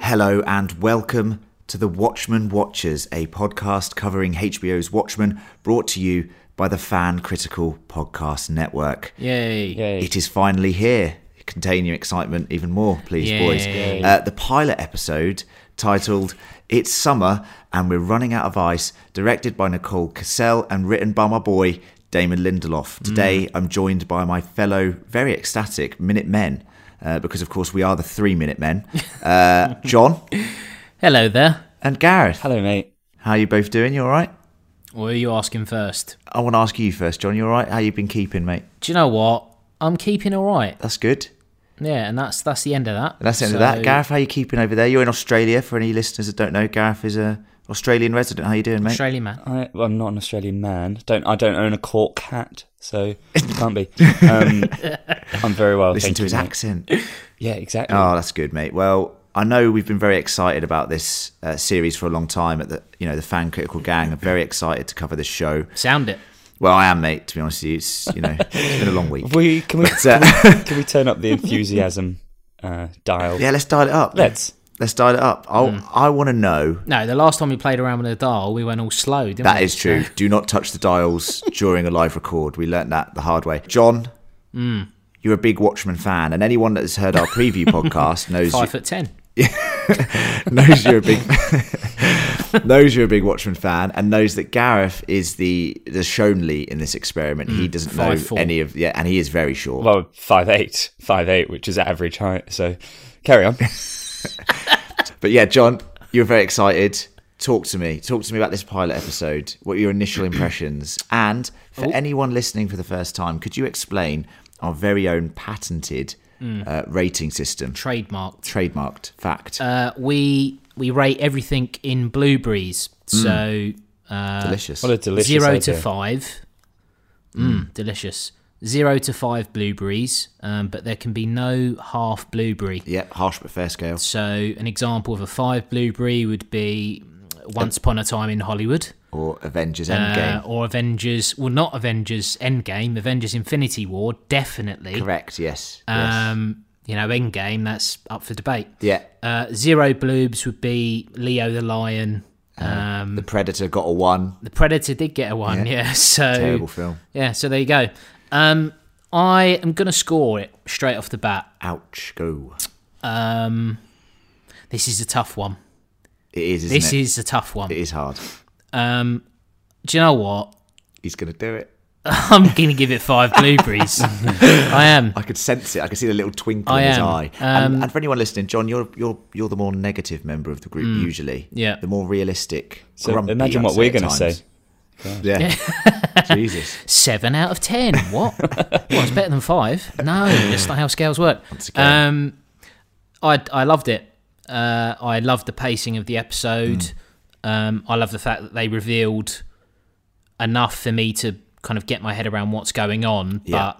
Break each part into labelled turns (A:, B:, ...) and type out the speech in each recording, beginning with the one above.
A: Hello and welcome to the Watchmen Watchers, a podcast covering HBO's Watchmen, brought to you by the Fan Critical Podcast Network.
B: Yay.
C: Yay.
A: It is finally here. Contain your excitement even more, please,
B: Yay. Yay.
A: boys. Uh, the pilot episode titled It's Summer and We're Running Out of Ice, directed by Nicole Cassell and written by my boy, Damon Lindelof.
B: Mm.
A: Today, I'm joined by my fellow, very ecstatic Minute Men, uh, because of course we are the three Minute Men, uh, John
B: Hello there.
A: and Gareth.
C: Hello, mate.
A: How are you both doing? You all right?
B: What are you asking first?
A: I want to ask you first, John. You all right? How you been keeping, mate?
B: Do you know what? I'm keeping all right.
A: That's good.
B: Yeah, and that's that's the end of that.
A: That's the end of
B: So-
A: that. Gareth, how you keeping over there? You're in Australia. For any listeners that don't know, Gareth is a Australian resident. How you doing, mate?
B: Australian man.
C: I, well, I'm not an Australian man. Don't I don't own a cork hat, so I can't be. Um, I'm very well.
A: Listen
C: thank
A: to
C: you,
A: his
C: mate.
A: accent.
C: Yeah, exactly.
A: Oh, that's good, mate. Well, I know we've been very excited about this uh, series for a long time. At the you know the fan critical gang are very excited to cover this show.
B: Sound it.
A: Well, I am, mate. To be honest with you, it's you know it's been a long week.
C: we can we,
A: uh,
C: can we can we turn up the enthusiasm uh, dial?
A: Yeah, let's dial it up.
C: Let's.
A: let's dial it up. I'll, I want to know.
B: No, the last time we played around with the dial, we went all slow, didn't
A: That
B: we?
A: is true. Do not touch the dials during a live record. We learnt that the hard way. John,
B: Hmm.
A: you're a big Watchmen fan, and anyone that has heard our preview podcast knows you,
B: Five foot ten.
A: knows you're a big knows you're a big Watchmen fan and knows that Gareth is the the Shonley in this experiment. he doesn't know
B: Hmm. five four.
A: any of yeah, and he is very short.
C: Well, five eight, five eight, which is average height. So carry on.
A: but yeah, John, you're very excited. Talk to me. Talk to me about this pilot episode. What are your initial impressions? And
B: Oh.
A: for anyone listening for the first time, could you explain our very own patented
B: Mm.
A: uh, rating system,
B: Trademarked.
A: trademarked fact?
B: Uh, we we rate everything in blueberries. So
A: Mm.
B: Uh,
A: Delicious.
C: What a delicious
B: zero
C: idea.
B: to five. Mm, delicious. Zero to five blueberries, um, but there can be no half blueberry.
A: yeah, harsh but fair scale.
B: So an example of a five blueberry would be Once Upon a Time in Hollywood.
A: Or Avengers
B: uh,
A: Endgame.
B: or Avengers, well, not Avengers Endgame, Avengers Infinity War, definitely.
A: Correct. Yes.
B: Um, you know, Endgame, that's up for debate.
A: yes. Yeah.
B: Uh, zero bloobs would be Leo the Lion. Um,
A: The Predator got a one.
B: the Predator did get a one, yeah. so
A: Terrible film.
B: yeah, so there you go. Um, I am gonna score it straight off the bat.
A: Ouch. Go.
B: Um, this is a tough one.
A: It is. Isn't
B: This
A: it?
B: is a tough one.
A: It is hard.
B: Um, do you know what?
A: He's gonna do it.
B: I'm gonna give it five blueberries. I am.
A: I could sense it. I could see the little twinkle
B: I
A: in his
B: am. Um,
A: eye. and, and for anyone listening, John, you're you're you're the more negative member of the group usually.
B: Mm. Yeah.
A: The more realistic.
C: So
A: grumpy,
C: imagine
A: I'd
C: what
A: say
C: we're
A: at
C: going to
A: times.
C: say.
A: Yeah. Jesus.
B: seven out of ten. What? well, it's better than five. No, that's not how scales work.
A: again.
B: Um, I I loved it. Uh, I loved the pacing of the episode. Um, I love the fact that they revealed enough for me to kind of get my head around what's going on,
A: Yeah.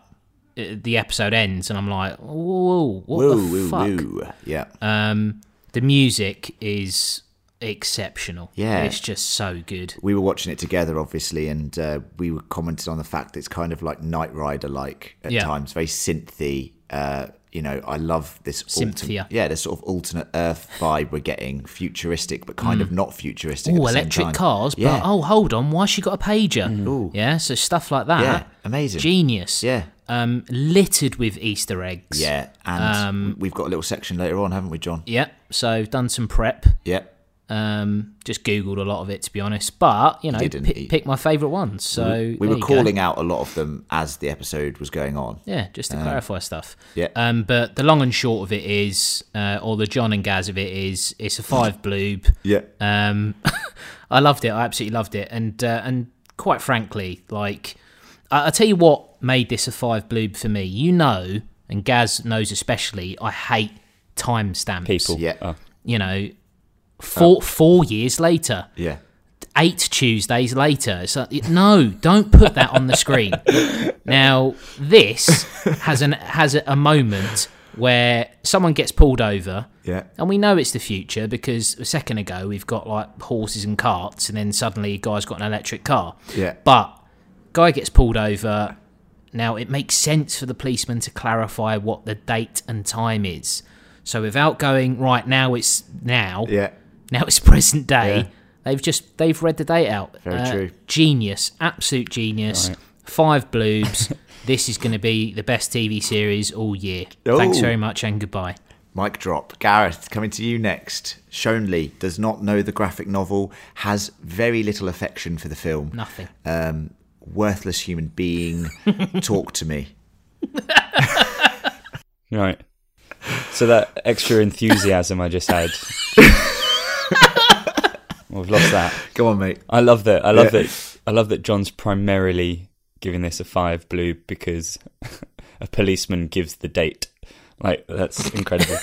B: but uh, the episode ends and I'm like, whoa, what
A: Woo,
B: the
A: woo,
B: fuck?
A: woo. Yeah.
B: Um, the music is exceptional.
A: Yeah.
B: it's just so good.
A: we were watching it together, obviously, and uh, we were commented on the fact that it's kind of like Knight Rider like at
B: Yeah.
A: times, very synthy. Uh, you know, I love this.
B: Synthia.
A: Alternate, yeah, this sort of alternate Earth vibe we're getting, futuristic, but kind of not futuristic. at
B: Oh,
A: the same
B: Mm. electric
A: time.
B: cars,
A: Yeah.
B: but oh, hold on, why she got a pager?
A: Ooh.
B: Yeah, so stuff like that.
A: Yeah, amazing.
B: Genius.
A: Yeah.
B: Um, littered with Easter eggs.
A: Yeah, and we've got a little section later on, haven't we, John?
B: Yeah. So done some prep.
A: Yeah.
B: Um, just googled a lot of it to be honest, but you know,
A: didn't
B: pick
A: he?
B: pick my favourite ones. So
A: we
B: there
A: were
B: you go.
A: calling out a lot of them as the episode was going on.
B: Yeah, just to clarify stuff.
A: Uh, yeah.
B: Um, but the long and short of it is, uh, or the John and Gaz of it is, it's a five bloob.
A: Yeah.
B: Um, I loved it. I absolutely loved it. And uh, and quite frankly, like I, I tell you what made this a five bloob for me. You know, and Gaz knows especially. I hate timestamps.
C: People.
A: Yeah.
C: Oh,
B: you know, four four years later,
A: Yeah.
B: eight Tuesdays later. It's like, no, don't put that on the screen. now this has an has a, a moment where someone gets pulled over.
A: Yeah.
B: And we know it's the future because a second ago we've got like horses and carts, and then suddenly a guy's got an electric car.
A: Yeah.
B: But guy gets pulled over. Now it makes sense for the policeman to clarify what the date and time is. So without going right now, it's now.
A: Yeah.
B: Now it's present day.
A: Yeah.
B: They've just they've read the date out. Uh,
A: Very true.
B: Genius, absolute genius.
C: Right.
B: Five bloobs. this is going to be the best TV series all year.
A: Oh.
B: Thanks very much and goodbye.
A: Mic drop. Gareth, coming to you next. Shonley does not know the graphic novel, has very little affection for the film.
B: Nothing.
A: Um, worthless human being. Talk to me.
C: Right. So that extra enthusiasm I just had. Well, We've lost that.
A: Go on, mate.
C: I love that. I love
A: Yeah.
C: that. I love that John's primarily giving this a five blue because a policeman gives the date. Like that's incredible.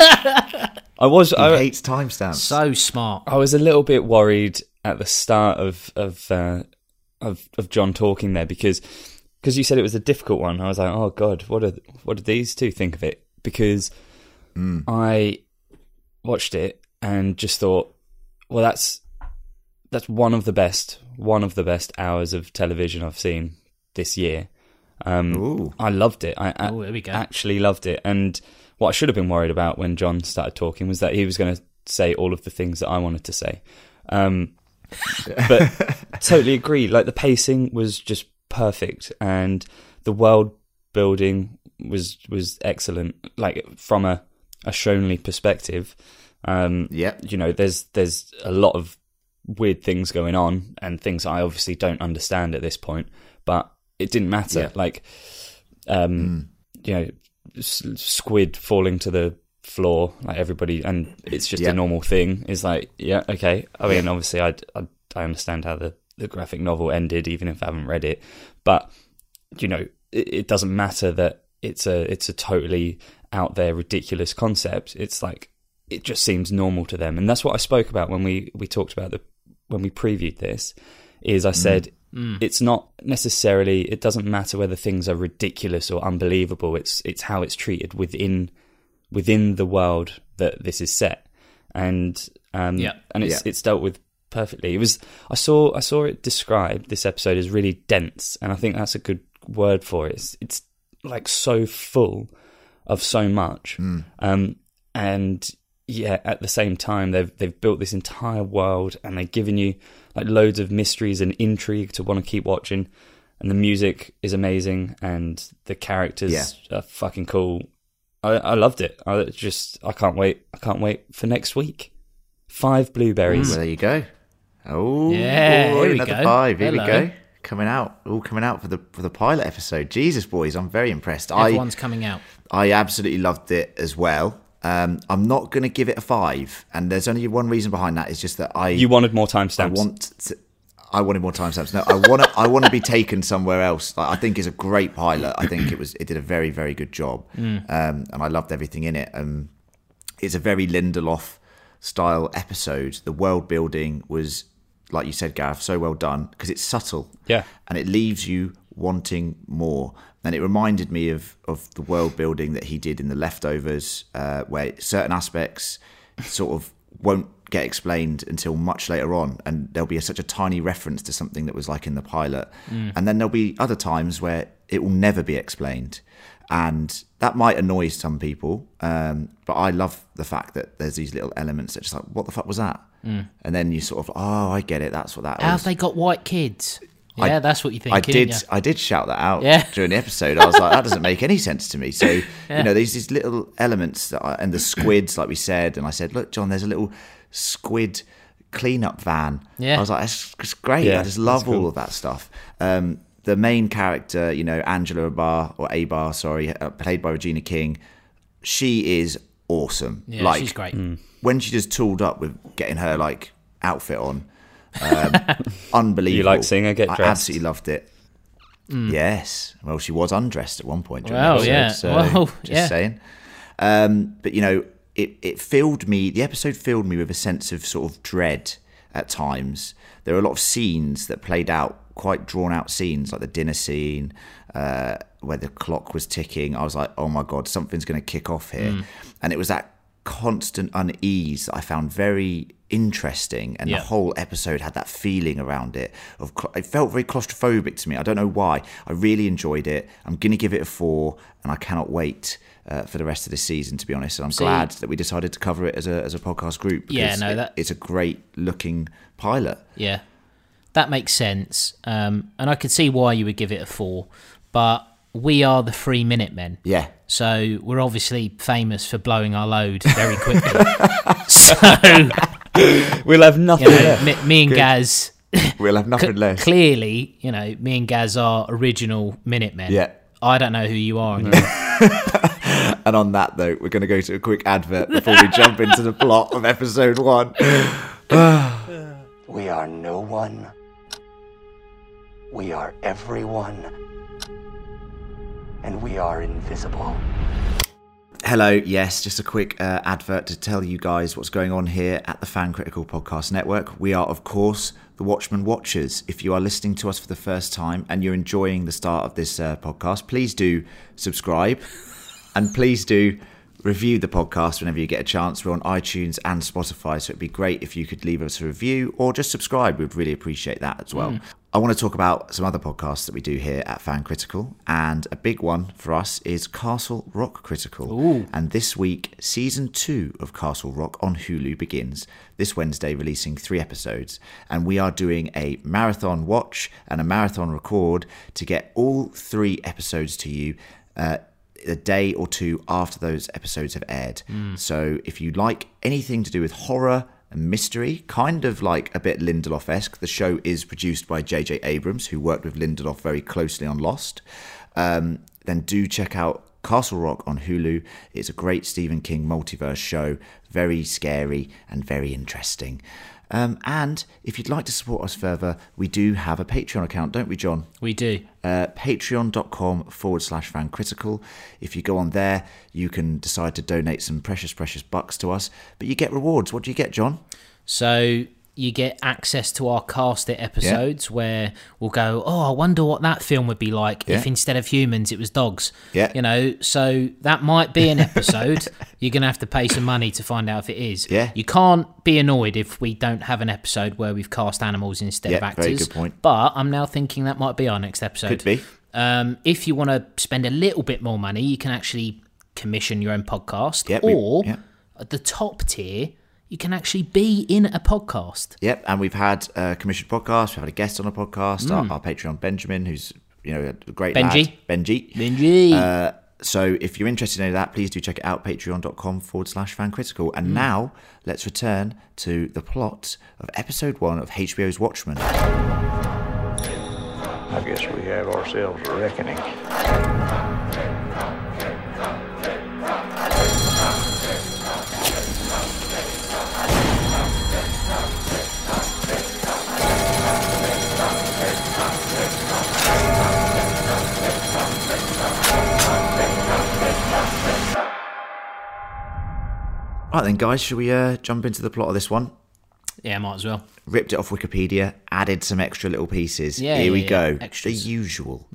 C: I was.
A: He
C: I,
A: hates timestamps.
B: So smart.
C: I was a little bit worried at the start of of uh, of, of John talking there because because you said it was a difficult one. I was like, oh god, what are what do these two think of it? Because I watched it and just thought, well, that's that's one of the best one of the best hours of television I've seen this year. Um,
A: Ooh.
C: I loved it. I, I
A: Uh,
B: Oh, there we go.
C: actually loved it. And what I should have been worried about when John started talking was that he was going to say all of the things that I wanted to say. Um, but totally agree. Like the pacing was just perfect, and the world building was was excellent. Like from a a Shonley perspective, um,
A: Yep.
C: you know, there's there's a lot of weird things going on and things I obviously don't understand at this point, but it didn't matter.
A: Yeah. Hmm.
C: Like, um, you know, s- squid falling to the floor, like everybody, and it's just
A: Yeah.
C: a normal thing. Is like, yeah, okay. I mean, obviously, I I, I understand how the the graphic novel ended, even if I haven't read it, but you know, it, it doesn't matter that it's a it's a totally out there ridiculous concept. It's like it just seems normal to them, and that's what I spoke about when we we talked about the when we previewed this. Is I said it's not necessarily it doesn't matter whether things are ridiculous or unbelievable. It's it's how it's treated within within the world that this is set, and um
B: Yeah.
C: and it's
A: Yeah.
C: it's dealt with perfectly. It was I saw I saw it described this episode as really dense, and I think that's a good word for it. It's, it's like so full of so much,
A: Hmm.
C: um, and yeah, at the same time they've they've built this entire world and they've given you like loads of mysteries and intrigue to want to keep watching. And the music is amazing, and the characters
A: Yeah.
C: are fucking cool. I, I loved it. I just I can't wait. I can't wait for next week. Five blueberries.
A: Well, there you go. Oh,
B: Mm. Yeah,
A: boy,
B: here we
A: another
B: go.
A: five. Here we
B: Hello.
A: go. Coming out, all coming out for the for the pilot episode. Jesus, boys, I'm very impressed. I
B: Everyone's coming out.
A: I absolutely loved it as well. Um, I'm not going to give it a five, and there's only one reason behind that. It's just that I
C: You wanted more
A: I
C: timestamps.
A: want to, I wanted more timestamps. No, I want to I want to be taken somewhere else. Like, I think it's a great pilot. I think it was it did a very very good job, um, and I loved everything in it. Um, it's a very Lindelof style episode. The world building was, like you said, Gareth, so well done because it's subtle.
C: Yeah.
A: And it leaves you wanting more. And it reminded me of, of the world building that he did in The Leftovers, uh, where certain aspects sort of won't get explained until much later on. And there'll be such a tiny reference to something that was like in the pilot. And then there'll be other times where it will never be explained and that might annoy some people. Um, but I love the fact that there's these little elements that just like, what the fuck was that? And then you sort of, oh, I get it. That's what that
B: How
A: was.
B: have they got white kids?
A: I-
B: Yeah, that's what you think.
A: I
B: isn't
A: did.
B: ya?
A: I did shout that out
B: Yeah.
A: during the episode. I was like, that doesn't make any sense to me. So you know, there's these little elements that I, and the squids, like we said, and I said, look, John, there's a little squid cleanup van.
B: Yeah.
A: I was like, that's, that's great.
C: Yeah,
A: I just
C: that's
A: love all
C: cool.
A: of that stuff. Um, the main character, you know, Angela Bar or Abar, sorry, uh, played by Regina King, she is awesome.
B: Yeah,
A: like mm.
B: she's great.
A: when she just tooled up with getting her like outfit on. Um, unbelievable.
C: seeing her get
A: I
C: dressed?
A: absolutely loved it. Yes. Well, she was undressed at one point. During
B: Well,
A: the episode,
B: yeah.
A: So,
B: Well,
A: just
B: yeah.
A: saying. Um, but you know, it it filled me. The episode filled me with a sense of sort of dread at times. There were a lot of scenes that played out quite drawn out scenes, like the dinner scene. Uh, where the clock was ticking, I was like, "Oh my god, something's going to kick off here," and it was that constant unease that I found very interesting, and
B: Yeah.
A: the whole episode had that feeling around it. Of cla- it felt very claustrophobic to me. I don't know why. I really enjoyed it. I'm gonna give it a four, and I cannot wait. Uh, for the rest of this season, to be honest, and I'm
B: See-
A: glad that we decided to cover it as a as a podcast group.
B: Yeah,
A: because
B: no,
A: it-
B: that-
A: it's a great looking pilot.
B: Yeah, that makes sense. Um, and I could see why you would give it a four, but we are the Three Minute Men.
A: Yeah,
B: So we're obviously famous for blowing our load very quickly. so
C: We'll have nothing
B: you know,
C: left.
B: me, me and Gaz
A: we'll have nothing left.
B: clearly, you know, me and Gaz are original Minutemen.
A: Yeah.
B: I don't know who you are.
A: And on that note, we're going to go to a quick advert before we jump into the plot of episode one.
D: We are no one. We are everyone. And we are invisible.
A: Hello, yes, just a quick uh, advert to tell you guys what's going on here at the Fan Critical Podcast Network. We are, of course, the Watchmen Watchers. If you are listening to us for the first time and you're enjoying the start of this uh, podcast, please do subscribe and please do review the podcast whenever you get a chance. We're on iTunes and Spotify, so it'd be great if you could leave us a review or just subscribe. We'd really appreciate that as well. I want to talk about some other podcasts that we do here at Fan Critical, and a big one for us is Castle Rock Critical. And this week, season two of Castle Rock on Hulu begins this Wednesday, releasing three episodes. And we are doing a marathon watch and a marathon record to get all three episodes to you. Uh, a day or two after those episodes have aired. So if you like anything to do with horror and mystery, kind of like a bit Lindelof esque, the show is produced by J.J. Abrams, who worked with Lindelof very closely on Lost, um, then do check out Castle Rock on Hulu. It's a great Stephen King multiverse show, very scary and very interesting. Um, and if you'd like to support us further, we do have a Patreon account, don't we, John?
B: We do.
A: uh, patreon.com forward slash fan critical. If you go on there, you can decide to donate some precious, precious bucks to us, but you get rewards. What do you get, John?
B: So you get access to our cast it episodes where we'll go, oh, I wonder what that film would be like
A: Yeah.
B: if instead of humans it was dogs.
A: Yeah.
B: You know, so that might be an episode. You're going to have to pay some money to find out if it is.
A: Yeah.
B: You can't be annoyed if we don't have an episode where we've cast animals instead of
A: Yeah,
B: actors.
A: very good point.
B: But I'm now thinking that might be our next episode.
A: Could be.
B: Um, if you want to spend a little bit more money, you can actually commission your own podcast.
A: Yeah, we-
B: or
A: yeah.
B: at the top tier, you can actually be in a podcast.
A: Yep, and we've had a commissioned podcast, we've had a guest on a podcast, our, our Patreon Benjamin, who's you know a great
B: Benji.
A: lad, Benji.
B: Benji.
A: Uh, so if you're interested in that, please do check it out, patreon.com forward slash fan critical. And now let's return to the plot of episode one of HBO's Watchmen.
E: I guess we have ourselves a reckoning.
A: Right then, guys, shall we uh, jump into the plot of this one?
B: yeah, might as well.
A: ripped it off Wikipedia, added some extra little pieces.
B: Yeah,
A: Here
B: yeah,
A: we
B: yeah,
A: go.
B: extras. Hmm.
A: The usual.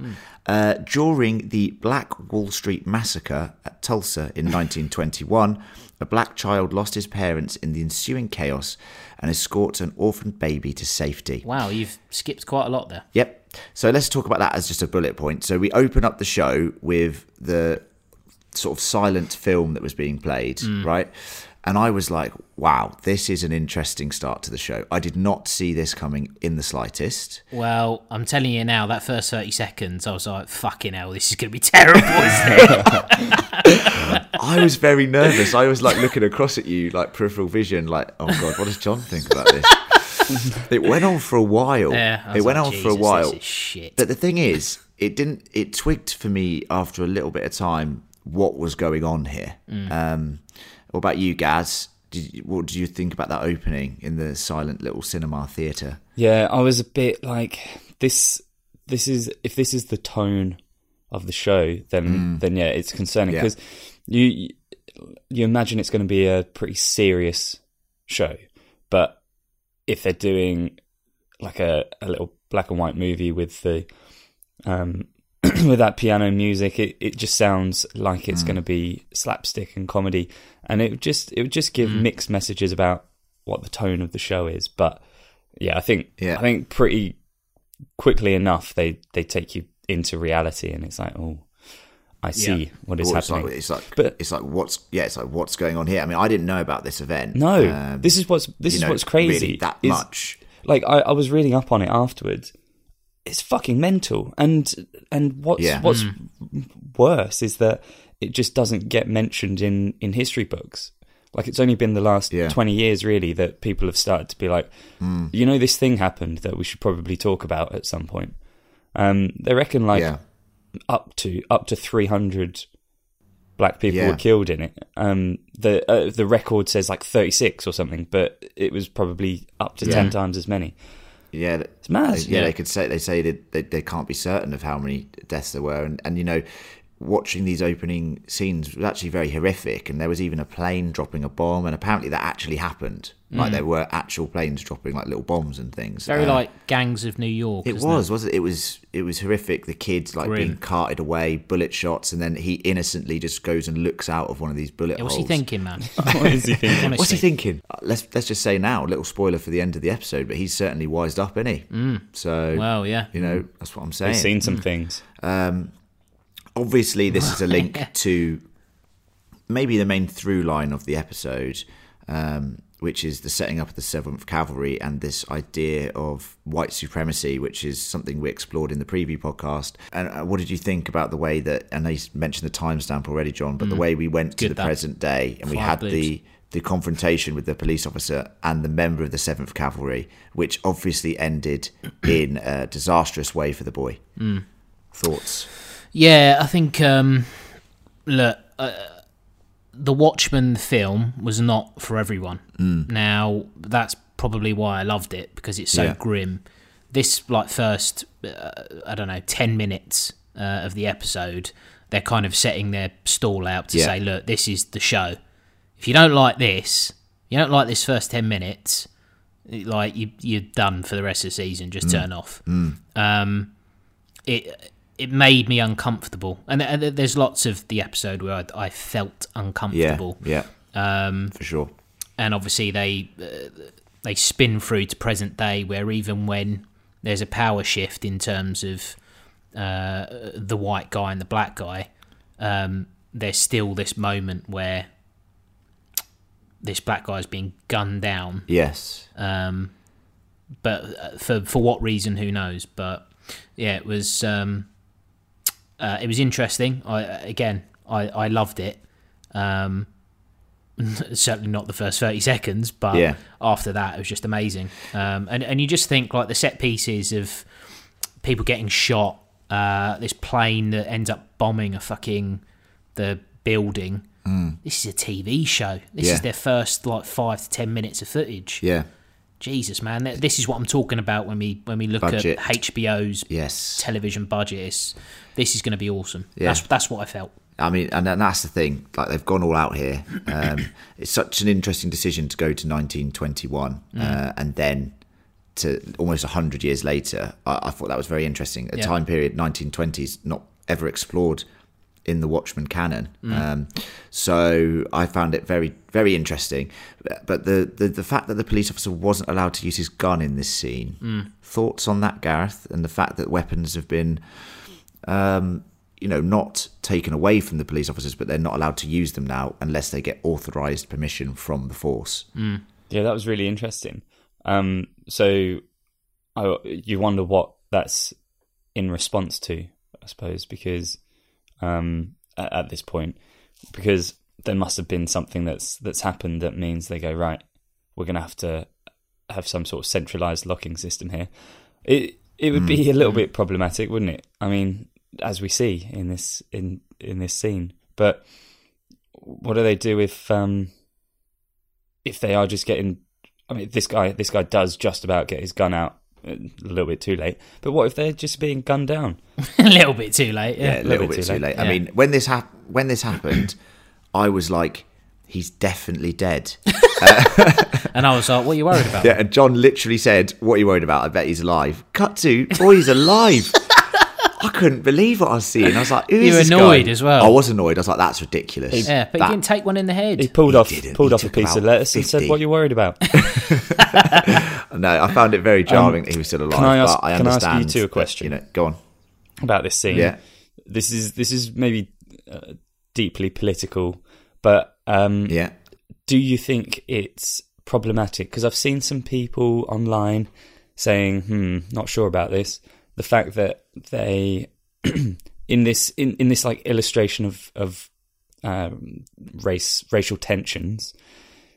A: Uh, during the Black Wall Street massacre at Tulsa in 1921, a black child lost his parents in the ensuing chaos and escorts an orphaned baby to safety.
B: Wow, you've skipped quite a lot there.
A: Yep. So let's talk about that as just a bullet point. So we open up the show with the sort of silent film that was being played, right? And I was like, wow, this is an interesting start to the show. I did not see this coming in the slightest.
B: Well, I'm telling you now, that first 30 seconds, I was like, fucking hell, this is going to be terrible, isn't it?
A: I was very nervous. I was like looking across at you, like peripheral vision, like, oh God, what does John think about this? it went on for a while.
B: yeah, I was
A: it went
B: like,
A: on for
B: "Jesus,
A: a
B: this
A: while.
B: is shit.
A: But the thing is, it didn't. It twigged for me after a little bit of time what was going on here.
B: Mm.
A: Um, what about you, Gaz? Did you, what did you think about that opening in the silent little cinema theatre?
C: Yeah, I was a bit like this. This is if this is the tone of the show, then then yeah, it's concerning
A: Mm. Yeah.
C: because you you imagine it's going to be a pretty serious show, but if they're doing like a, a little black and white movie with the um with that piano music, it, it just sounds like
A: Mm.
C: it's going to be slapstick and comedy, and it would just it would just give
A: Mm.
C: mixed messages about what the tone of the show is. But yeah, I think
A: Yeah.
C: I think pretty quickly enough they they take you into reality, and it's like oh, I see what is
A: Or it's
C: happening.
A: like it's like
C: But-
A: it's like what's yeah, it's like what's going on here. I mean, I didn't know about this event.
C: no,
A: Um,
C: this is what's this
A: you
C: is
A: know,
C: what's crazy.
A: really that
C: is-
A: much.
C: like I, I was reading up on it afterwards. It's fucking mental, and and what's
A: Yeah.
C: what's worse is that it just doesn't get mentioned in in history books. Like it's only been the last
A: Yeah. Hmm.
C: twenty years really that people have started to be like, you know, this thing happened that we should probably talk about at some point. Um, they reckon like
A: yeah,
C: up to up to 300 black people
A: Yeah.
C: were killed in it um the uh, the record says like 36 or something but it was probably up to 10 times as many
A: yeah. th-
C: it's mad
A: they- yeah, they could say they say that they, they can't be certain of how many deaths there were, and and you know, watching these opening scenes was actually very horrific. And there was even a plane dropping a bomb, and apparently that actually happened. Like there were actual planes dropping like little bombs and things.
B: Mm. Very
A: Uh,
B: like Gangs of New York.
A: It
B: isn't
A: was, wasn't it? It was it was horrific. The kids like
B: Grim.
A: being carted away, bullet shots, and then he innocently just goes and looks out of one of these bullet
B: Yeah, what's he
A: holes.
B: thinking, man?
C: what is he thinking?
B: Honestly.
A: What's he thinking? Uh, Let's let's just say now, little spoiler for the end of the episode, but he's certainly wised up, isn't he? Mm. So
B: Well, yeah.
A: you know that's what I'm saying.
C: they've seen some things
A: Obviously, this is a link to maybe the main through line of the episode, um, which is the setting up of the Seventh Cavalry and this idea of white supremacy, which is something we explored in the preview podcast. And uh, what did you think about the way that? I know you mentioned the timestamp already, John, but the way we went to
B: Mm. Good,
A: the
B: that.
A: present day and we
B: Five
A: had
B: boobs.
A: the the confrontation with the police officer and the member of the Seventh Cavalry, which obviously ended in a disastrous way for the boy.
B: Mm.
A: Thoughts?
B: Yeah, I think um, look, uh, the Watchmen film was not for everyone.
A: Mm.
B: Now that's probably why I loved it because it's so
A: Yeah.
B: grim. This like first, uh, I don't know, ten minutes uh, of the episode, they're kind of setting their stall out to
A: Yeah.
B: say, look, this is the show. If you don't like this, you don't like this first ten minutes. Like you, you're done for the rest of the season. Just turn off Um, it it made me uncomfortable and, and there's lots of the episode where I, I felt
A: Yeah,
B: uncomfortable
A: yeah, um, for sure.
B: and obviously they uh, they spin through to present day where even when there's a power shift in terms of uh, the white guy and the black guy um, there's still this moment where this black guy's being gunned down
A: Yes.
B: um, but uh, for for what reason, who knows? But yeah, it was um, uh, it was interesting. I uh, again, I I loved it. Um, certainly not the first thirty seconds, but
A: Yeah.
B: after that, it was just amazing. Um, and and you just think like the set pieces of people getting shot, uh, this plane that ends up bombing a fucking the building. This is a TV show. This
A: Mm. Yeah.
B: is their first like five to ten minutes of footage.
A: Yeah.
B: Jesus, man, th- this is what I'm talking about when we when we look
A: Budget.
B: at HBO's
A: Yes.
B: television budget. It's, this is going to be awesome.
A: Yeah.
B: That's that's what I felt.
A: I mean, and, and that's the thing. Like they've gone all out here. Um, it's such an interesting decision to go to 1921, uh, and then to almost 100 years later. I, I thought that was very interesting. A
B: Yeah.
A: time period 1920s not ever explored in the Watchmen canon. Um, so I found it very very interesting. But the, the the fact that the police officer wasn't allowed to use his gun in this scene. Thoughts on that, Gareth, and the fact that weapons have been you know, not taken away from the police officers, but they're not allowed to use them now unless they get authorized permission from the force.
C: yeah that was really interesting um so I, you wonder what that's in response to i suppose because um at, at this point because there must have been something that's that's happened that means they go right we're going to have to have some sort of centralized locking system here it it would be a little bit problematic wouldn't it i mean as we see in this in in this scene but what do they do if um if they are just getting i mean this guy this guy does just about get his gun out uh, a little bit too late but what if they're just being gunned down
B: a little bit too late. Yeah.
A: Yeah, a little bit, too late. I
B: Yeah.
A: mean, when this hap- when this happened, I was like, "He's definitely dead."
B: And I was like, "What are you worried about?"
A: yeah, and John literally said, "What are you worried about? I bet he's "Oh, alive." Cut to, boy, he's alive. I couldn't believe what I was seeing. I was like, who is
B: You were
A: this guy?
B: annoyed as well.
A: I was annoyed. I was like, that's ridiculous.
B: Yeah, but
A: That-
B: he didn't take one in the head.
C: He pulled
A: He
C: off
A: didn't.
C: pulled
A: He
C: off a
A: took
C: piece of
A: about
C: lettuce and said,
A: 50.
C: "What are you worried about?"
A: No, I found it very jarring that he was still alive.
C: can I ask-
A: but I
C: can I ask
A: understand.
C: you two a
A: that,
C: question?
A: you know, go on.
C: about this scene.
A: Yeah.
C: This is this is maybe uh, deeply political, but um,
A: Yeah.
C: do you think it's problematic? Because I've seen some people online saying, "Hmm, not sure about this." The fact that they in this in, in this like illustration of of um, race racial tensions,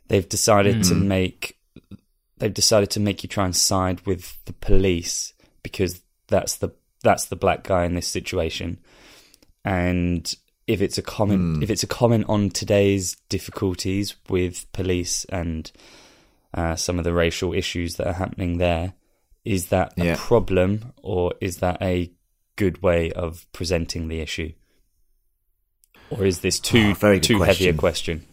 C: they've decided to make they've decided to make you try and side with the police because that's the that's the black guy in this situation and if it's a comment if it's a comment on today's difficulties with police and uh, some of the racial issues that are happening there is that
A: Yeah.
C: a problem or is that a good way of presenting the issue or is this too
A: Oh, very good
C: too heavy a
A: question.
C: question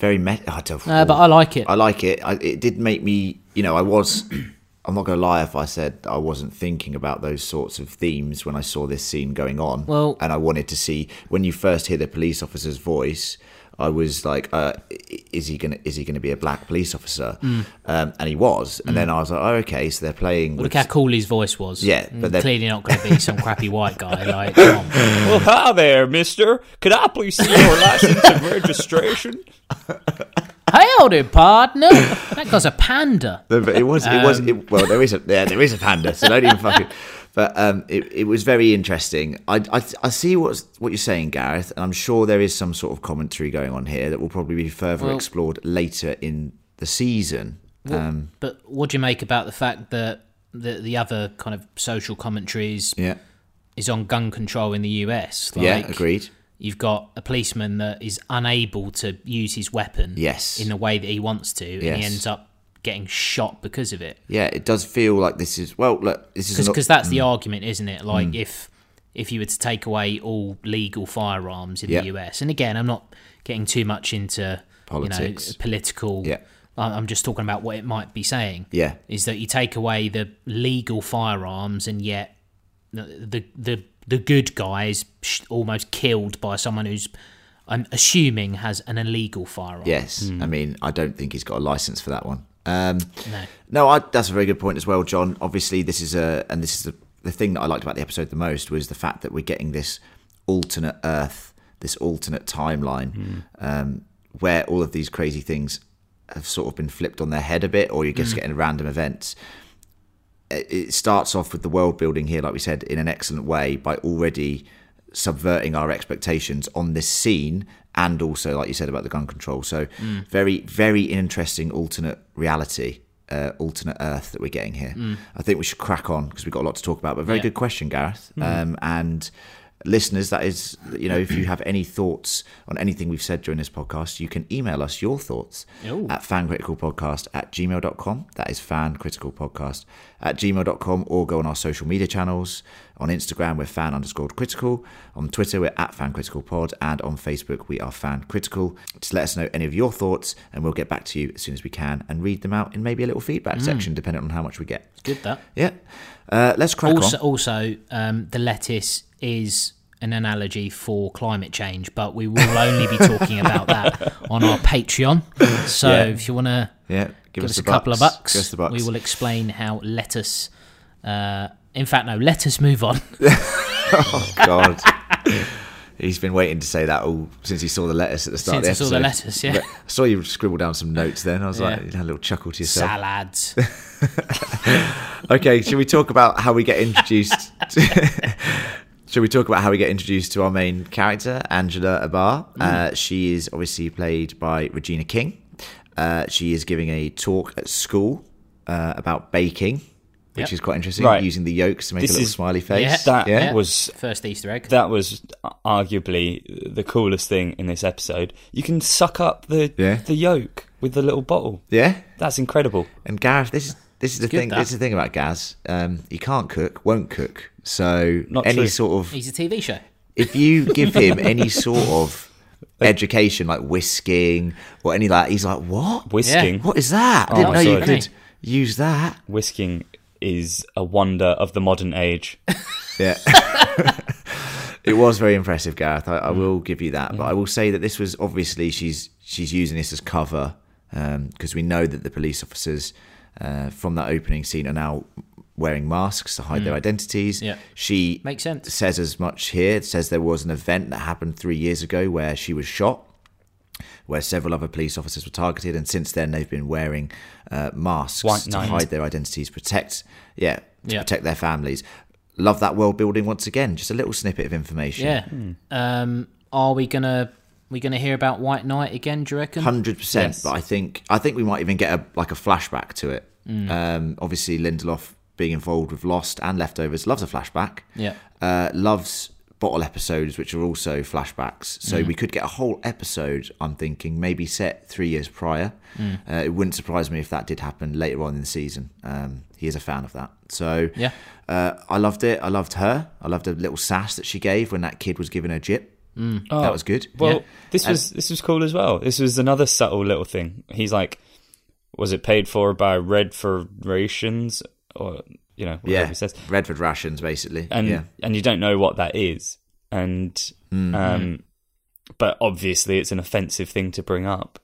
A: Very met. I don't.
B: No, but I like it.
A: I like it. I, it did make me, you know, I was. I'm not going to lie if I said I wasn't thinking about those sorts of themes when I saw this scene going on.
B: Well-
A: and I wanted to see when you first hear the police officer's voice. I was like, uh, i- "Is he gonna? Is he gonna be a black police officer?"
B: Mm.
A: Um, and he was. And then I was like, "Oh, okay." So they're playing.
B: Look
A: with,
B: how cool his voice was.
A: Yeah,
B: Mm,
A: but then-
B: clearly not going to be some crappy white guy. Like, come on.
C: well hi there mister could i please see your license and registration
B: howdy, partner. That guy's a panda.
A: No, but it was. It was.
B: Um.
A: It, well, there is a yeah, there is a panda. So don't even fucking. But um, it, it was very interesting. I, I I see what's what you're saying, Gareth, and I'm sure there is some sort of commentary going on here that will probably be further
B: Well-
A: explored later in the season. Um,
B: But what do you make about the fact that the the other kind of social commentaries
A: yeah,
B: is on gun control in the US? Like,
A: yeah, agreed.
B: You've got a policeman that is unable to use his weapon
A: Yes.
B: in the way that he wants to, and he
A: Yes.
B: ends up getting shot because of it.
A: Yeah, it does feel like this is well. Look, this is not, mm.
B: because that's the argument, isn't it? Like if if you were to take away all legal firearms in
A: Yeah.
B: the US, and again, I'm not getting too much into you
A: Politics.
B: know, political.
A: Yeah.
B: I- I'm just talking about what it might be saying.
A: Yeah.
B: is that you take away the legal firearms, and yet the the the, the good guy is sh- almost killed by someone who's I'm assuming has an illegal firearm.
A: Yes, I
B: Hmm.
A: mean, I don't think he's got a license for that one. Um, no, I, that's a very good point as well, John. Obviously, this is a and this is the, the thing that I liked about the episode the most was the fact that we're getting this alternate Earth, this alternate timeline, um, where all of these crazy things have sort of been flipped on their head a bit, or you're just getting random events it starts off with the world building here, like we said, in an excellent way by already subverting our expectations on this scene and also, like you said, about the gun control. So, very, very interesting alternate reality, uh, alternate Earth that we're getting here. I think we should crack on because we've got a lot to talk about. But very
B: Yeah.
A: good question, Gareth. Um, and listeners, that is, you know, if you have any thoughts on anything we've said during this podcast, you can email us your thoughts
B: Ooh.
A: at fancriticalpodcast at gmail.com. That is fancriticalpodcast at gmail.com or go on our social media channels. On Instagram, we're fan underscore critical. On Twitter, we're at fancriticalpod. And on Facebook, we are fan critical. Just let us know any of your thoughts and we'll get back to you as soon as we can and read them out in maybe a little feedback
B: Mm.
A: section, depending on how much we get.
B: good that.
A: Yeah. Uh, let's crack
B: also,
A: on.
B: also um, the lettuce is an analogy for climate change, but we will only be talking about that on our Patreon. So if you want to
A: Yeah.
B: give, us, a
A: the
B: couple of bucks,
A: Give us the bucks.
B: we will explain how lettuce. Uh, in fact, no, let us move on.
A: God. He's been waiting to say that all since he saw the lettuce at the start
B: Since I
A: of the
B: saw
A: Oh, episode.
B: the lettuce, yeah.
A: But I saw you scribble down some notes then. I was like,
B: Yeah.
A: you had a little chuckle to yourself.
B: Salads.
A: Okay, should we talk about how we get introduced? should we talk about how we get introduced to our main character, Angela Abar?
B: Mm.
A: Uh, she is obviously played by Regina King. Uh, she is giving a talk at school uh, about baking, which
B: Yep.
A: is quite interesting,
C: Right.
A: using the yolks to make
C: This
A: a little
C: is-
A: smiley face.
B: Yeah.
C: that
A: Yeah.
C: was
B: First Easter egg.
C: that was arguably the coolest thing in this episode. You can suck up the
A: Yeah.
C: the yolk with the little bottle.
A: Yeah.
C: That's incredible.
A: And Gareth, this is this is the
B: good,
A: thing.
B: that.
A: This is the thing about Gaz. Um, he can't cook, won't cook. So
C: Not
A: any
C: true.
A: sort of
B: He's a TV show.
A: if you give him any sort of education like whisking or any like, he's like, what?
C: Whisking,
A: What is that? I didn't
C: my
A: know you
C: God.
A: could use that.
C: whisking is a wonder of the modern age.
A: Yeah. it was very impressive, Gareth. I,
B: Mm.
A: I will give you that, but I will say that this was obviously she's she's using this as cover because we know that the police officers uh, from that opening scene are now wearing masks to hide their identities.
B: Mm. Yeah.
A: She
B: Makes sense.
A: says as much here. It says there was an event that happened three years ago where she was shot, where several other police officers were targeted, and since then they've been wearing uh, masks
C: White
A: to
C: knight.
A: hide their identities, protect, yeah, to
B: Yeah.
A: protect their families. Love that world building once again. Just a little snippet of information.
B: Yeah. Um, are we gonna we gonna hear about White Knight again? Do you reckon?
A: Hundred percent,
C: Yes.
A: but I think I think we might even get a like a flashback to it.
B: Mm.
A: Um, obviously, Lindelof being involved with Lost and Leftovers loves a flashback.
B: Yeah.
A: uh, loves bottle episodes, which are also flashbacks.
B: Mm.
A: So we could get a whole episode. I'm thinking maybe set three years prior.
B: Mm.
A: Uh, it wouldn't surprise me if that did happen later on in the season. Um, he is a fan of that. So
B: Yeah.
A: uh, I loved it. I loved her. I loved the little sass that she gave when that kid was giving her jip.
C: Oh,
A: that was good.
C: Well,
B: Yeah.
C: this was this was cool as well. This was another subtle little thing. He's like, was it paid for by Red for Rations or you know whatever
A: yeah,
C: he says?
A: Redford rations basically.
C: and
A: yeah. Mm.
C: and you don't know what that is, and um, but obviously it's an offensive thing to bring up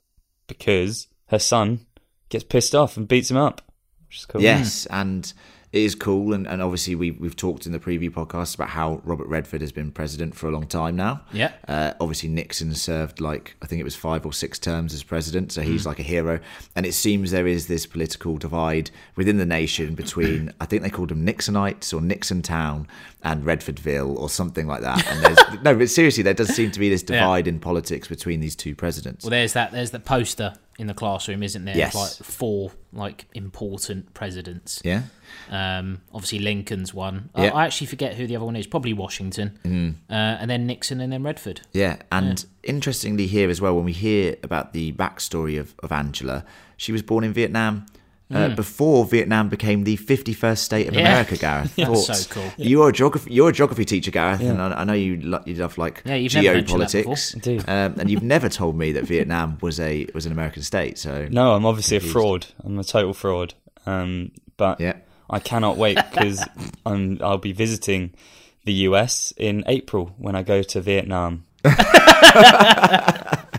C: because her son gets pissed off and beats him up, which is
B: Mm.
C: cool.
A: Yes, and it is cool. And, and obviously, we, we've talked in the preview podcast about how Robert Redford has been president for a long time now.
B: Yeah.
A: Uh, obviously, Nixon served like, I think it was five or six terms as president, so
B: Mm.
A: he's like a hero. And it seems there is this political divide within the nation between, I think they called them Nixonites or Nixon Town and Redfordville or something like that. And there's, no, but seriously, there does seem to be this divide in politics between these two presidents.
B: Well, there's that. There's that poster in the classroom, isn't there?
A: Yes.
B: Like four like important presidents.
A: yeah.
B: Um, obviously Lincoln's one. I-
A: Yeah. Mm.
B: I, actually forget who the other one is. Probably Washington. Uh, and then Nixon, and then Redford.
A: Yeah, and interestingly here as well, when we hear about the backstory of, of Angela, she was born in Vietnam uh, before Vietnam became the 51st state of
B: Hmm. Yeah.
A: America. Gareth,
B: That's
A: Thoughts?
B: so cool.
A: You're a geography, you're a geography teacher, Gareth, and I, I know you lo- you love like
B: Yeah, you've never mentioned that
A: geopolitics,
C: before. Indeed.
A: um, and you've never told me that Vietnam was a was an American state. So
C: No, I'm obviously a fraud. I'm a total fraud. Um, but
A: Yeah.
C: I cannot wait because I'm I'll be visiting the US in April when I go to Vietnam.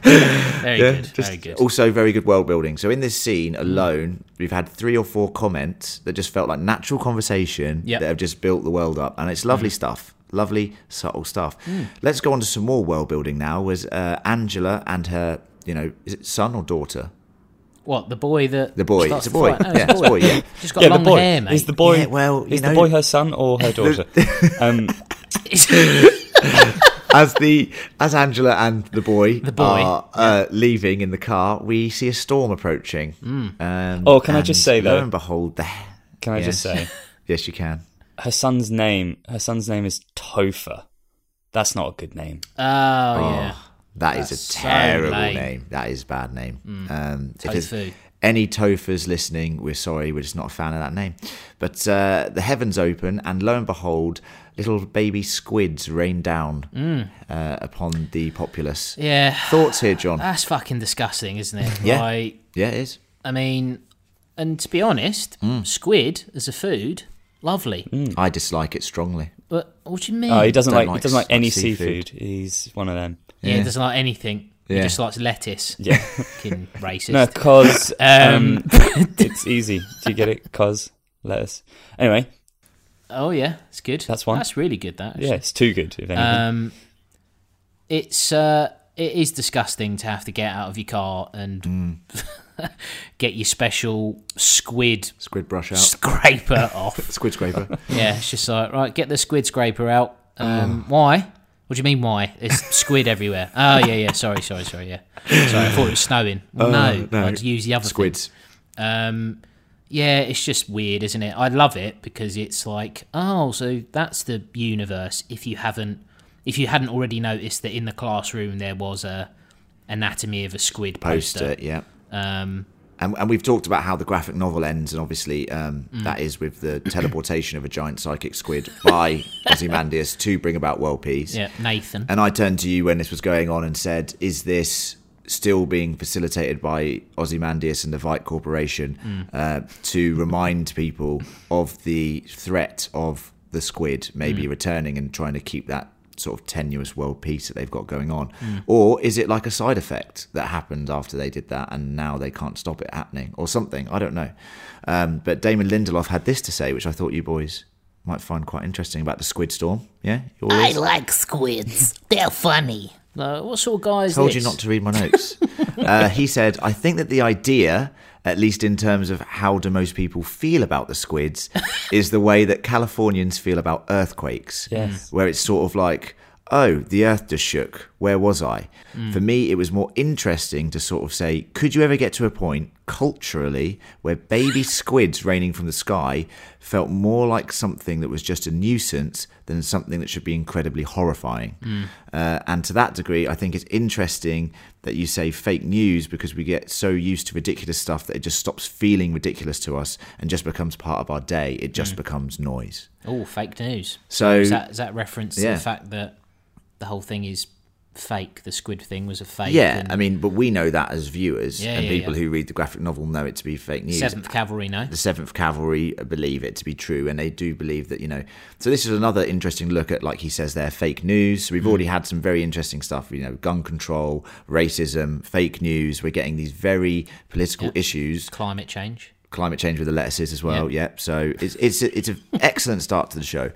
B: Very good. very good. Mm.
A: Also, very good world building. So, in this scene alone, we've had three or four comments that just felt like natural conversation
B: Yep. Mm.
A: that have just built the world up. And it's lovely stuff. Lovely, subtle stuff. Let's go on to some more world building now. Was uh, Angela and her, you know, is it son or daughter?
B: What the boy that
A: The boy.
B: starts
A: It's a
B: to
A: boy.
B: fight- no,
A: yeah, it's a boy. Yeah.
B: Just got long
C: the boy
B: hair, mate.
C: is the boy.
A: Yeah, well, you
C: is the
A: know-
C: boy her son or her daughter? um,
A: as the as Angela and the boy, the
B: boy,
A: are uh, leaving in the car, we see a storm approaching.
B: Mm.
A: Um,
C: Oh, can I just
A: and
C: say,
A: lo
C: though-
A: and behold, the
C: can I just
A: Yes.
C: say
A: yes, you can.
C: her son's name? Her son's name is Topher. That's not a good name.
B: oh, yeah.
A: That is
B: That's
A: a
B: so
A: terrible
B: lame. Mm.
A: name. That is a bad name. Um, if there's
B: Tofu.
A: Any tofers listening, we're sorry, we're just not a fan of that name. But uh, the heavens open, and lo and behold, little baby squids rain down uh, upon the populace.
B: Mm. Yeah.
A: Thoughts here, John?
B: That's fucking disgusting, isn't it?
A: Yeah.
B: Like,
A: yeah, it is.
B: I mean, and to be honest,
A: Mm.
B: squid as a food, lovely.
A: I dislike it strongly.
B: But what do you mean?
C: Oh, he doesn't
A: Don't
C: like,
A: like
C: he doesn't like any
A: seafood.
C: seafood. He's one of them.
B: Yeah, he doesn't like anything. He
A: Yeah.
B: just likes lettuce.
C: Yeah.
B: Fucking racist.
C: No, cause um,
B: Um,
C: it's easy. Do you get it? Cause lettuce. Anyway,
B: oh yeah, it's good.
C: That's one.
B: That's really good. That.
C: yeah,
B: Actually.
C: it's too good. If anything.
B: Um, it's uh, it is disgusting to have to get out of your car and
C: Mm.
B: get your special squid
A: Squid brush out.
B: scraper off.
A: Squid scraper.
B: Yeah, it's just like right, get the squid scraper out. Um,
C: Oh.
B: why? What do you mean why? There's squid everywhere. Oh yeah, yeah. Sorry, sorry, sorry. Yeah, sorry. I thought it was snowing. Well,
C: Oh,
B: no,
A: no.
B: I'd use the other thing.
A: Squids.
B: Um, yeah, it's just weird, isn't it? I love it because it's like, oh, so that's the universe. If you haven't, if you hadn't already noticed that in the classroom there was a anatomy of a squid
A: Poster,
B: poster.
A: yeah.
B: Um,
A: And, and we've talked about how the graphic novel ends, and obviously um, that is with the teleportation of a giant psychic squid by Ozymandias to bring about world peace.
B: yeah, Nathan.
A: And I turned to you when this was going on and said, "Is this still being facilitated by Ozymandias and the Vite Corporation uh, to remind people of the threat of the squid maybe returning and trying to keep that sort of tenuous world peace that they've got going on? Or is it like a side effect that happened after they did that and now they can't stop it happening or something? I don't know. Um, but Damon Lindelof had this to say, which I thought you boys might find quite interesting about the squid storm. Yeah? You always-
F: I like squids. They're funny.
B: No, Uh, what sort of guy is
A: told
B: this?
A: you not to read my notes. uh, he said, I think that the idea, at least in terms of how do most people feel about the squids, is the way that Californians feel about earthquakes.
C: Yes.
A: Where it's sort of like, oh, the earth just shook. Where was I?
B: Mm.
A: For me, it was more interesting to sort of say, could you ever get to a point culturally where baby squids raining from the sky felt more like something that was just a nuisance than something that should be incredibly horrifying?
B: Mm.
A: Uh, and to that degree, I think it's interesting that you say fake news because we get so used to ridiculous stuff that it just stops feeling ridiculous to us and just becomes part of our day. It just becomes noise.
B: Oh, fake news.
A: So-
B: is Mm. that is that reference to
A: Yeah.
B: the fact that the whole thing is fake? The squid thing was a fake.
A: Yeah,
B: and
A: I mean, but we know that as viewers
B: Yeah,
A: and
B: yeah,
A: people
B: yeah.
A: who read the graphic novel know it to be fake news.
B: Seventh Cavalry, no.
A: the Seventh Cavalry believe it to be true, and they do believe that you know. So this is another interesting look at, like he says, there fake news. So we've
B: Hmm.
A: already had some very interesting stuff, you know, gun control, racism, fake news. We're getting these very political issues,
B: Climate change.
A: climate change with the lettuces as well. Yep. So it's it's it's an excellent start to the show.